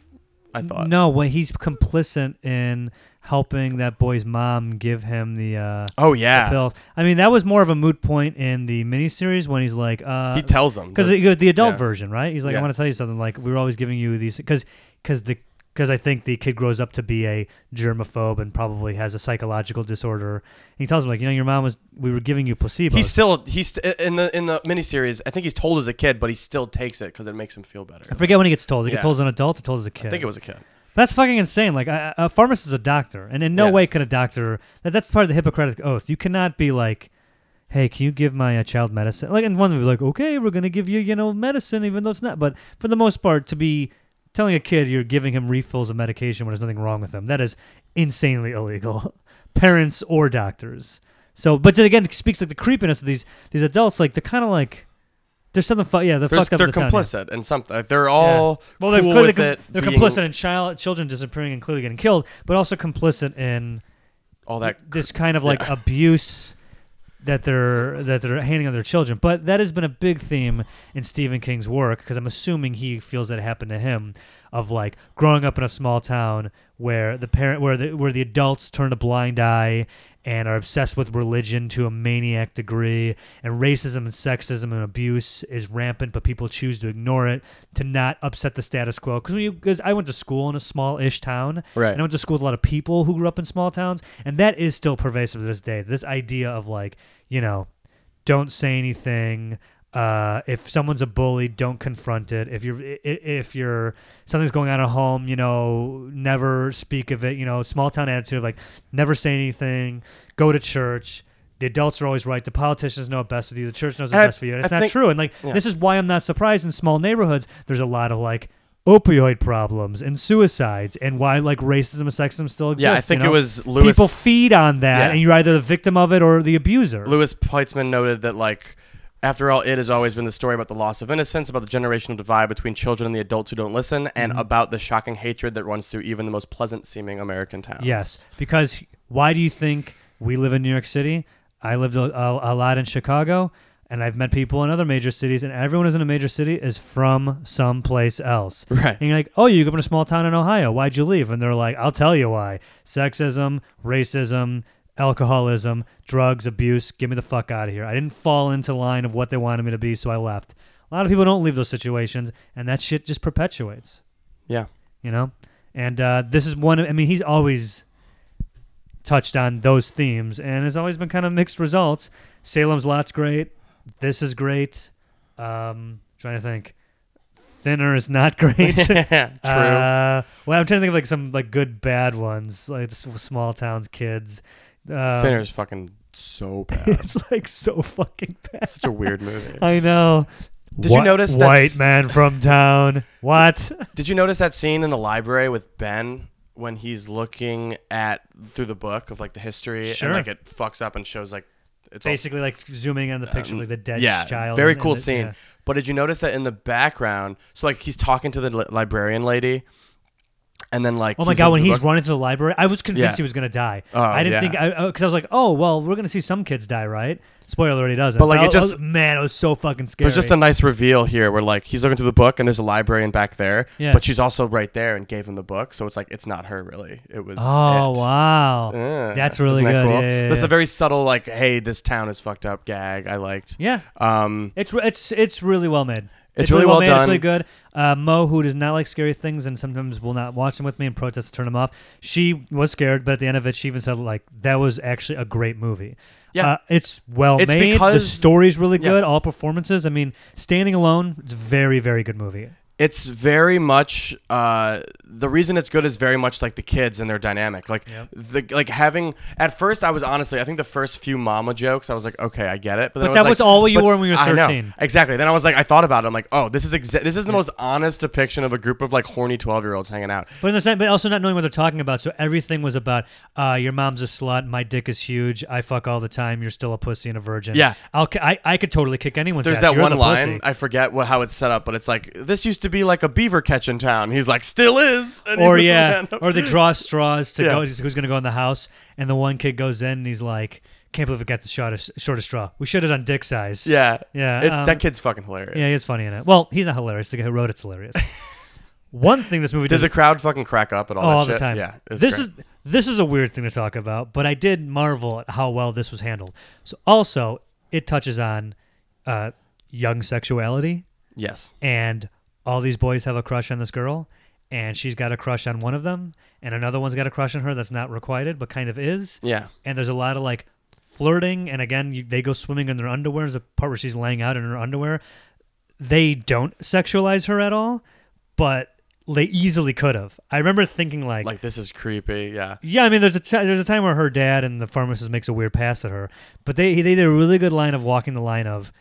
S2: I thought.
S1: no? When he's complicit in helping that boy's mom give him the uh,
S2: Oh yeah.
S1: pills. I mean, that was more of a moot point in the miniseries when he's like, uh,
S2: he tells them.
S1: because
S2: that-
S1: the, the adult
S2: yeah.
S1: version, right? He's like,
S2: Yeah.
S1: I want to tell you something. Like we were always giving you these because because the because I think the kid grows up to be a germaphobe and probably has a psychological disorder. And he tells him like, you know, your mom was we were giving you placebos.
S2: He's still he's st- in the in the miniseries. I think he's told as a kid, but he still takes it because it makes him feel better.
S1: I forget when he gets told. He
S2: Yeah.
S1: gets told as an adult or told as a kid.
S2: I think it was a kid.
S1: That's fucking insane. Like a, a pharmacist is a doctor, and in no
S2: Yeah.
S1: way could a doctor. That, that's part of the Hippocratic oath. You cannot be like, "Hey, can you give my uh, child medicine?" Like, and one would be like, "Okay, we're gonna give you, you know, medicine, even though it's not." But for the most part, to be telling a kid you're giving him refills of medication when there's nothing wrong with him, that is insanely illegal. *laughs* Parents or doctors. So, but then again, it speaks like the creepiness of these these adults. Like they're kind of like. There's something, fu- yeah. They're
S2: There's-
S1: fucked up.
S2: they're
S1: in the town, yeah.
S2: complicit and something. They're all
S1: Well,
S2: cool
S1: they're clearly
S2: with
S1: com-
S2: it.
S1: they're
S2: being
S1: complicit in child children disappearing and clearly getting killed, but also complicit in
S2: all that.
S1: this kind of like abuse that they're that they're handing on their children. But that has been a big theme in Stephen King's work because I'm assuming he feels that happened to him of like growing up in a small town where the parent where the where the adults turn a blind eye and are obsessed with religion to a maniac degree and racism and sexism and abuse is rampant but people choose to ignore it to not upset the status quo because you because i went to school in a small-ish town
S2: Right.
S1: and I went to school with a lot of people who grew up in small towns, and that is still pervasive to this day. This idea of like, you know, don't say anything. Uh, if someone's a bully, don't confront it. If you're i- i- if you're something's going on at home, you know, never speak of it. You know, small town attitude of like never say anything. Go to church. The adults are always right. The politicians know it best with you. The church knows it
S2: And I-
S1: best for you. And
S2: I
S1: it's not
S2: think-
S1: true. And like
S2: Yeah.
S1: this is why I'm not surprised in small neighborhoods. There's a lot of like opioid problems and suicides and why like racism and sexism still exist.
S2: Yeah, I think
S1: you know?
S2: it was Lewis.
S1: people feed on that,
S2: Yeah.
S1: and you're either the victim of it or the abuser.
S2: Lewis Peitzman noted that, like, after all, it has always been the story about the loss of innocence, about the generational divide between children and the adults who don't listen, and
S1: Mm-hmm.
S2: about the shocking hatred that runs through even the most pleasant-seeming American towns.
S1: Yes, because why do you think we live in New York City? I lived a, a, a lot in Chicago, and I've met people in other major cities, and everyone who's in a major city is from someplace else.
S2: Right.
S1: And you're like, oh, you grew up in a small town in Ohio. Why'd you leave? And they're like, I'll tell you why: sexism, racism. Alcoholism, drugs, abuse, get me the fuck out of here. I didn't fall into line of what they wanted me to be, so I left. A lot of people don't leave those situations, and that shit just perpetuates
S2: Yeah.
S1: you know and uh, this is one of, i mean he's always touched on those themes and has always been kind of mixed results salem's lot's great this is great um trying to think thinner is not *laughs* great
S2: *laughs* True.
S1: *laughs* Uh, well i'm trying to think of like some like good bad ones like s- small towns kids uh,
S2: Thinner's fucking so
S1: *laughs*
S2: bad.
S1: it's like so fucking bad
S2: It's such a
S1: *laughs*
S2: weird movie.
S1: i know
S2: Did you
S1: Wha-
S2: notice
S1: white
S2: that's-
S1: man from town what
S2: Did you notice that scene in the library with Ben when he's looking at through the book of like the history
S1: Sure.
S2: and like it fucks up and shows like it's all
S1: basically like zooming in on the picture of, like the dead
S2: Um, yeah,
S1: child.
S2: Very
S1: and-
S2: cool
S1: and the-
S2: scene.
S1: yeah.
S2: But did you notice that in the background? So like he's talking to the li- librarian lady, and then like
S1: Oh my
S2: he's
S1: god,
S2: in
S1: when
S2: the
S1: he's
S2: book-
S1: running through the library, I was convinced
S2: Yeah.
S1: he was gonna die.
S2: Oh,
S1: I didn't
S2: yeah.
S1: think I because I was like, oh well, we're gonna see some kids die, right? Spoiler alert, he doesn't.
S2: But, like,
S1: I-
S2: it
S1: I was-
S2: just-
S1: man, it was so fucking scary.
S2: there's just a nice reveal here where like he's looking through the book and there's a librarian back there
S1: Yeah.
S2: but she's also right there and gave him the book so it's like it's not her really it was
S1: oh
S2: it.
S1: wow,
S2: Yeah.
S1: that's really
S2: Isn't that
S1: good.
S2: cool?
S1: Yeah, yeah,
S2: That's
S1: yeah.
S2: a very subtle, like, hey, this town is fucked up gag. I liked.
S1: Yeah.
S2: Um,
S1: It's re- it's it's really well made.
S2: It's really well
S1: made. It's really
S2: done.
S1: good. Uh, Mo, who does not like scary things and sometimes will not watch them with me and protest to turn them off, she was scared. But at the end of it, she even said like that was actually a great movie.
S2: Yeah.
S1: uh, it's well
S2: It's
S1: made. the
S2: because-
S1: story's really
S2: Yeah.
S1: good. All performances. I mean, standing alone, it's a very very good movie.
S2: it's very much uh, the reason it's good is very much like the kids and their dynamic. Like
S1: Yep.
S2: the like having at first I was honestly I think the first few mama jokes I was like okay I get it but, then
S1: But
S2: I
S1: that
S2: like-
S1: was all you
S2: but-
S1: were when you were
S2: I know.
S1: 13.
S2: exactly then I was like I thought about it I'm like oh this is exa- this is the most honest depiction of a group of like horny twelve year olds hanging out
S1: But in the same, but also not knowing what they're talking about. So everything was about uh, your mom's a slut, my dick is huge, I fuck all the time, you're still a pussy and a virgin.
S2: Yeah.
S1: I'll, ki- I I could totally kick anyone's
S2: There's
S1: ass.
S2: that
S1: You're
S2: one
S1: the
S2: line.
S1: pussy.
S2: I forget what how it's set up, but it's like this used to be like a beaver catch in town. He's like, still is. And
S1: *laughs*
S2: he
S1: or
S2: puts a
S1: yeah,
S2: hand up.
S1: or they draw straws to
S2: Yeah.
S1: go who's going to go in the house, and the one kid goes in and he's like, "Can't believe I got the shortest, shortest straw. We should have done dick size."
S2: *laughs* yeah,
S1: Yeah,
S2: It's-
S1: um,
S2: that kid's fucking hilarious.
S1: yeah, he's funny in it. Well, he's not hilarious. The guy who wrote it's
S2: *laughs*
S1: hilarious. one thing this movie
S2: Did
S1: did,
S2: the crowd fucking crack up at all?
S1: oh,
S2: that
S1: all the
S2: shit?
S1: time.
S2: Yeah. it was
S1: this
S2: great.
S1: is this is a weird thing to talk about, but I did marvel at how well this was handled. So also, it touches on uh, young sexuality
S2: yes.
S1: and all these boys have a crush on this girl and she's got a crush on one of them and another one's got a crush on her that's not requited but kind of is
S2: Yeah.
S1: and there's a lot of like flirting and again you, they go swimming in their underwear there's a part where she's laying out in her underwear they don't sexualize her at all but they easily could have i remember thinking like,
S2: Like this is creepy. Yeah.
S1: yeah i mean there's a ti there's a time where her dad and the pharmacist makes a weird pass at her but they they did a really good line of walking the line of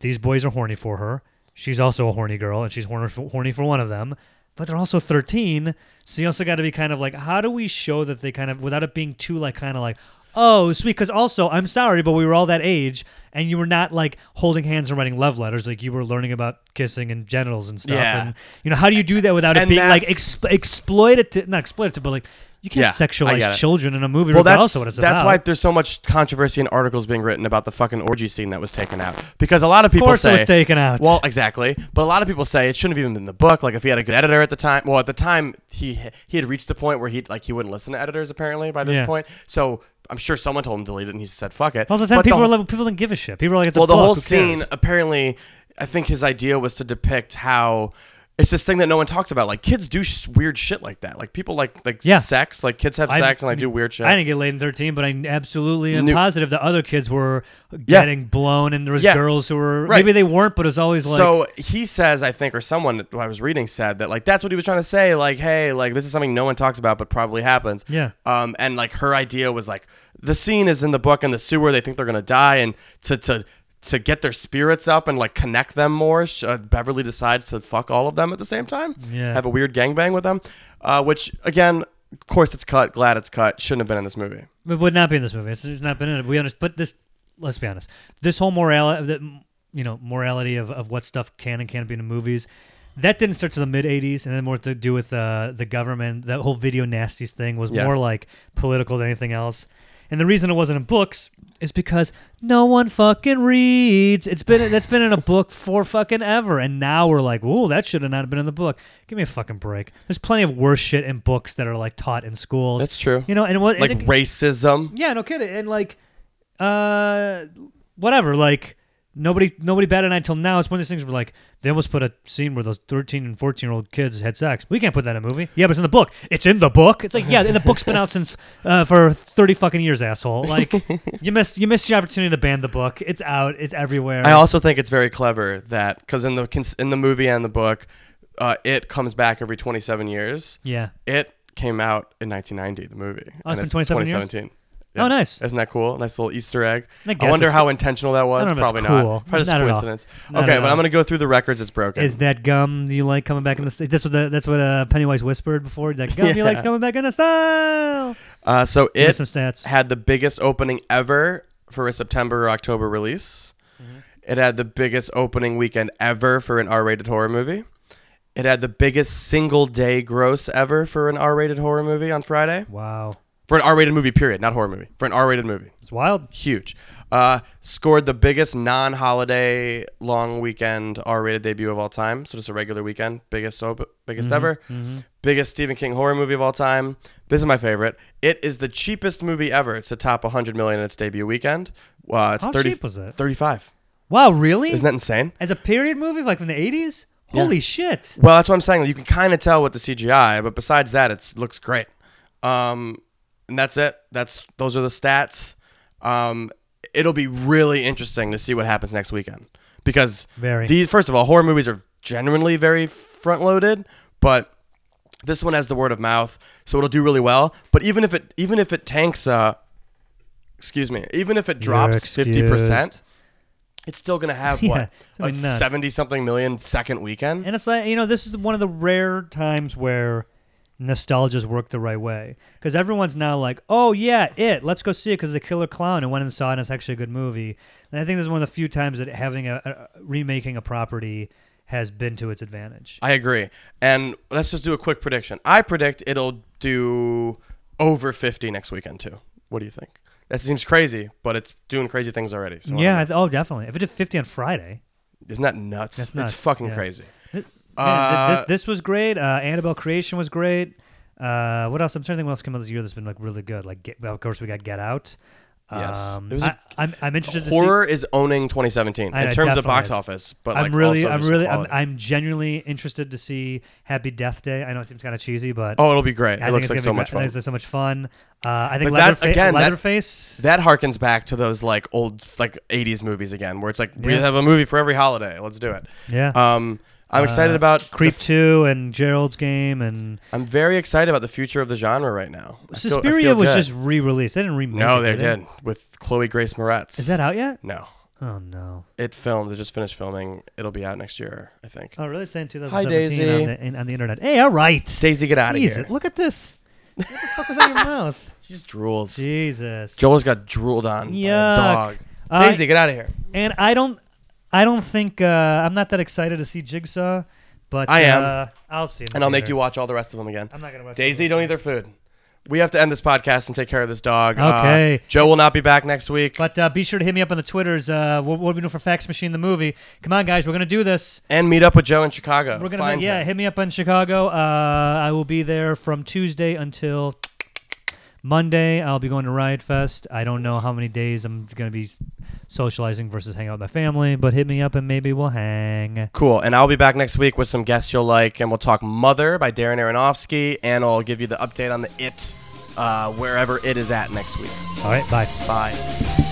S1: these boys are horny for her she's also a horny girl and she's horny for, horny for one of them but they're also 13 so you also got to be kind of like how do we show that they kind of without it being too like kind of like oh sweet because also i'm sorry but we were all that age and you were not like holding hands and writing love letters like you were learning about kissing and genitals and stuff
S2: Yeah.
S1: and you know how do you do that without it
S2: And
S1: being like
S2: that's-
S1: exp- exploitative not exploitative but like you can't
S2: Yeah, I get
S1: sexualize
S2: it.
S1: children in a movie
S2: Well, that's
S1: regardless of what it's
S2: that's
S1: about.
S2: why there's so much controversy and articles being written about the fucking orgy scene that was taken out because a lot of
S1: of
S2: people
S1: course
S2: say
S1: it was taken out.
S2: Well, exactly. But a lot of people say it shouldn't have even been in the book. Like if he had a good editor at the time. Well, at the time he he had reached the point where he like he wouldn't listen to editors apparently by this
S1: Yeah.
S2: point. So I'm sure someone told him to delete it, and he said fuck it.
S1: most of the time
S2: But
S1: people
S2: whole-
S1: are like, people didn't give a shit. People are like, it's a
S2: well, the
S1: book,
S2: whole
S1: who cares?
S2: scene apparently, I think his idea was to depict how. It's this thing that no one talks about. Like kids do sh- weird shit like that. Like people like like
S1: Yeah.
S2: sex. Like kids have
S1: I-
S2: sex and like do weird shit.
S1: I didn't get laid in thirteen, but I absolutely am
S2: Knew-
S1: positive that other kids were
S2: Yeah.
S1: getting blown, and there was
S2: Yeah.
S1: girls who were
S2: Right.
S1: maybe they weren't, but it was always like,
S2: so he says, I think, or someone who I was reading said that like that's what he was trying to say. Like, hey, like this is something no one talks about, but probably happens.
S1: Yeah.
S2: Um, and like her idea was like the scene is in the book in the sewer. They think they're gonna die, and to to to get their spirits up and like connect them more, sh- uh, Beverly decides to fuck all of them at the same time.
S1: Yeah.
S2: Have a weird gangbang with them, uh, which again, of course, it's cut. Glad it's cut. Shouldn't have been in this movie.
S1: it would not be in this movie. It's it's not been in it. We understand, but this, let's be honest, this whole morality, the, you know, morality of, of what stuff can and can't be in movies, that didn't start till the mid '80s, and then more to do with uh, the government. That whole video nasties thing was
S2: Yeah.
S1: more like political than anything else. And the reason it wasn't in books is because no one fucking reads. It's been that's been in a book for fucking ever, and now we're like, ooh, that should have not been in the book. Give me a fucking break. There's plenty of worse shit in books that are like taught in schools.
S2: That's true.
S1: You know, and what
S2: Like
S1: and it-
S2: racism.
S1: yeah, no kidding. And like, uh, whatever. Like nobody, nobody batted an eye until now. It's one of these things where like they almost put a scene where those thirteen and fourteen year old kids had sex. We can't put that in a movie. Yeah, but it's in the book. It's in the book. It's like yeah, and the book's been out since uh, for thirty fucking years, asshole.
S2: *laughs*
S1: Like you missed, you missed your opportunity to ban the book. It's out. It's everywhere.
S2: I also think it's very clever that because in the cons- in the movie and the book, uh, it comes back every 27 years.
S1: yeah.
S2: It came out in 1990, the movie.
S1: Oh, it's
S2: and
S1: been 27 years?
S2: 2017.
S1: Oh, nice.
S2: Isn't that cool? Nice little Easter egg.
S1: I
S2: I,
S1: guess
S2: wonder
S1: it's-
S2: how intentional that was.
S1: I don't know if
S2: Probably
S1: it's cool.
S2: not. Probably just
S1: Not at all.
S2: coincidence.
S1: Not
S2: okay,
S1: at
S2: but
S1: all.
S2: I'm gonna go through the records. It's broken.
S1: Is that gum you like coming back in the st- that's what the, that's what uh, Pennywise whispered before that gum you
S2: Yeah.
S1: likes coming back in the style.
S2: uh, so
S1: Give me
S2: it
S1: some stats.
S2: had the biggest opening ever for a September or October release. It had the biggest opening weekend ever for an R-rated horror movie. It had the biggest single day gross ever for an R-rated horror movie on Friday.
S1: Wow.
S2: For an R-rated movie, period, not horror movie. For an R-rated movie,
S1: It's wild.
S2: huge. Uh, scored the biggest non-holiday long weekend R-rated debut of all time. So just a regular weekend, biggest op- biggest
S1: Mm-hmm.
S2: ever, biggest Stephen King horror movie of all time. This is my favorite. It is the cheapest movie ever to top 100 million in its debut weekend. Uh, it's
S1: How
S2: 30,
S1: cheap was it?
S2: 35.
S1: Wow, really?
S2: Isn't that insane?
S1: As a period movie, like from the 80s? Holy shit.
S2: Well, that's what I'm saying. You can kind of tell with the CGI, but besides that, it looks great. Um, and that's it. That's those are the stats. Um, it'll be really interesting to see what happens next weekend because
S1: Very.
S2: these first of all, horror movies are genuinely very front loaded, but this one has the word of mouth, so it'll do really well. But even if it even if it tanks, uh, excuse me, even if it drops fifty percent,
S1: excused.
S2: it's still gonna
S1: *laughs*
S2: have
S1: Yeah,
S2: what
S1: it's
S2: a
S1: gonna be nuts.
S2: seventy something million second weekend.
S1: And it's like, you know, this is one of the rare times where nostalgia's worked the right way. Because everyone's now like, oh, yeah, it. Let's go see it because The Killer Clown and went and saw it and it's actually a good movie. And I think this is one of the few times that having a, a remaking a property has been to its advantage.
S2: I agree. And let's just do a quick prediction. I predict it'll do over 50 next weekend, too. What do you think? That seems crazy, but it's doing crazy things already. So I don't
S1: yeah,
S2: know.
S1: I th- oh, definitely. If it did 50 on Friday.
S2: Isn't that nuts?
S1: That's
S2: It's
S1: nuts,
S2: fucking
S1: yeah.
S2: crazy.
S1: Th-
S2: Uh,
S1: Man, th- th- this was great. Uh, Annabelle Creation was great. Uh, what else? I'm trying to think what else came out this year that's been like really good. Like, get, well, of course, we got Get Out. Um,
S2: Yes. It
S1: it
S2: was
S1: was
S2: a-
S1: I, I'm, I'm interested to see.
S2: Horror is owning 2017
S1: I
S2: in
S1: know,
S2: terms of
S1: definitely
S2: box
S1: is.
S2: office, but
S1: I'm
S2: like
S1: really,
S2: also
S1: I'm
S2: just
S1: really, I'm,
S2: quality.
S1: I'm genuinely interested to see Happy Death Day. I know it seems kind of cheesy, but
S2: oh, it'll be great.
S1: I
S2: It
S1: think
S2: looks
S1: it's
S2: like
S1: gonna
S2: so
S1: be
S2: much
S1: great. I
S2: fun.
S1: think it's so much fun. Uh, I think
S2: But that-
S1: Leatherfa-
S2: again, that-
S1: Leatherface.
S2: That harkens back to those like old like 80s movies again, where it's like we
S1: Yeah.
S2: have a movie for every holiday. Let's do it.
S1: yeah,
S2: Um, I'm excited
S1: Uh,
S2: about
S1: Creep
S2: the-
S1: Two and Gerald's Game and
S2: I'm very excited about the future of the genre right now. I feel- I
S1: Suspiria
S2: feel
S1: was
S2: good.
S1: just re-released. They didn't remake.
S2: No,
S1: it,
S2: they
S1: did.
S2: did with Chloe Grace Moretz.
S1: Is that out yet?
S2: no?
S1: Oh no.
S2: It filmed. It just finished filming. It'll be out next year, I think.
S1: Oh, really? It's saying
S2: Daisy.
S1: 2017 on the, in, on the internet. Hey, all right.
S2: Daisy, get out of
S1: Jesus,
S2: here.
S1: look at this. What the fuck was out your
S2: *laughs*
S1: mouth?
S2: She just drools.
S1: Jesus.
S2: Joel's got drooled on by a
S1: Yuck.
S2: dog.
S1: Uh,
S2: Daisy, get out of here.
S1: And I don't, I don't think uh, I'm not that excited to see Jigsaw, but
S2: I am.
S1: Uh, I'll see. it in the
S2: And I'll make
S1: theater.
S2: you watch all the rest of them again.
S1: I'm not gonna watch.
S2: Daisy, don't eat their food. We have to end this podcast and take care of this dog. Uh,
S1: Okay.
S2: Joe will not be back next week.
S1: But uh, be sure to hit me up on the twitters. Uh, what, what we do for Fax Machine the movie? Come on, guys, we're gonna do this.
S2: and meet up with Joe in Chicago.
S1: We're gonna
S2: Uh, Find
S1: yeah,
S2: him.
S1: hit me up on Chicago. Uh, I will be there from Tuesday until Monday. I'll be going to Riot Fest. I don't know how many days I'm gonna be socializing versus hanging out with my family, but hit me up and maybe we'll hang.
S2: Cool. And I'll be back next week with some guests you'll like, and we'll talk Mother by Darren Aronofsky, and I'll give you the update on the It, uh, wherever it is at next week.
S1: All right, bye.
S2: Bye.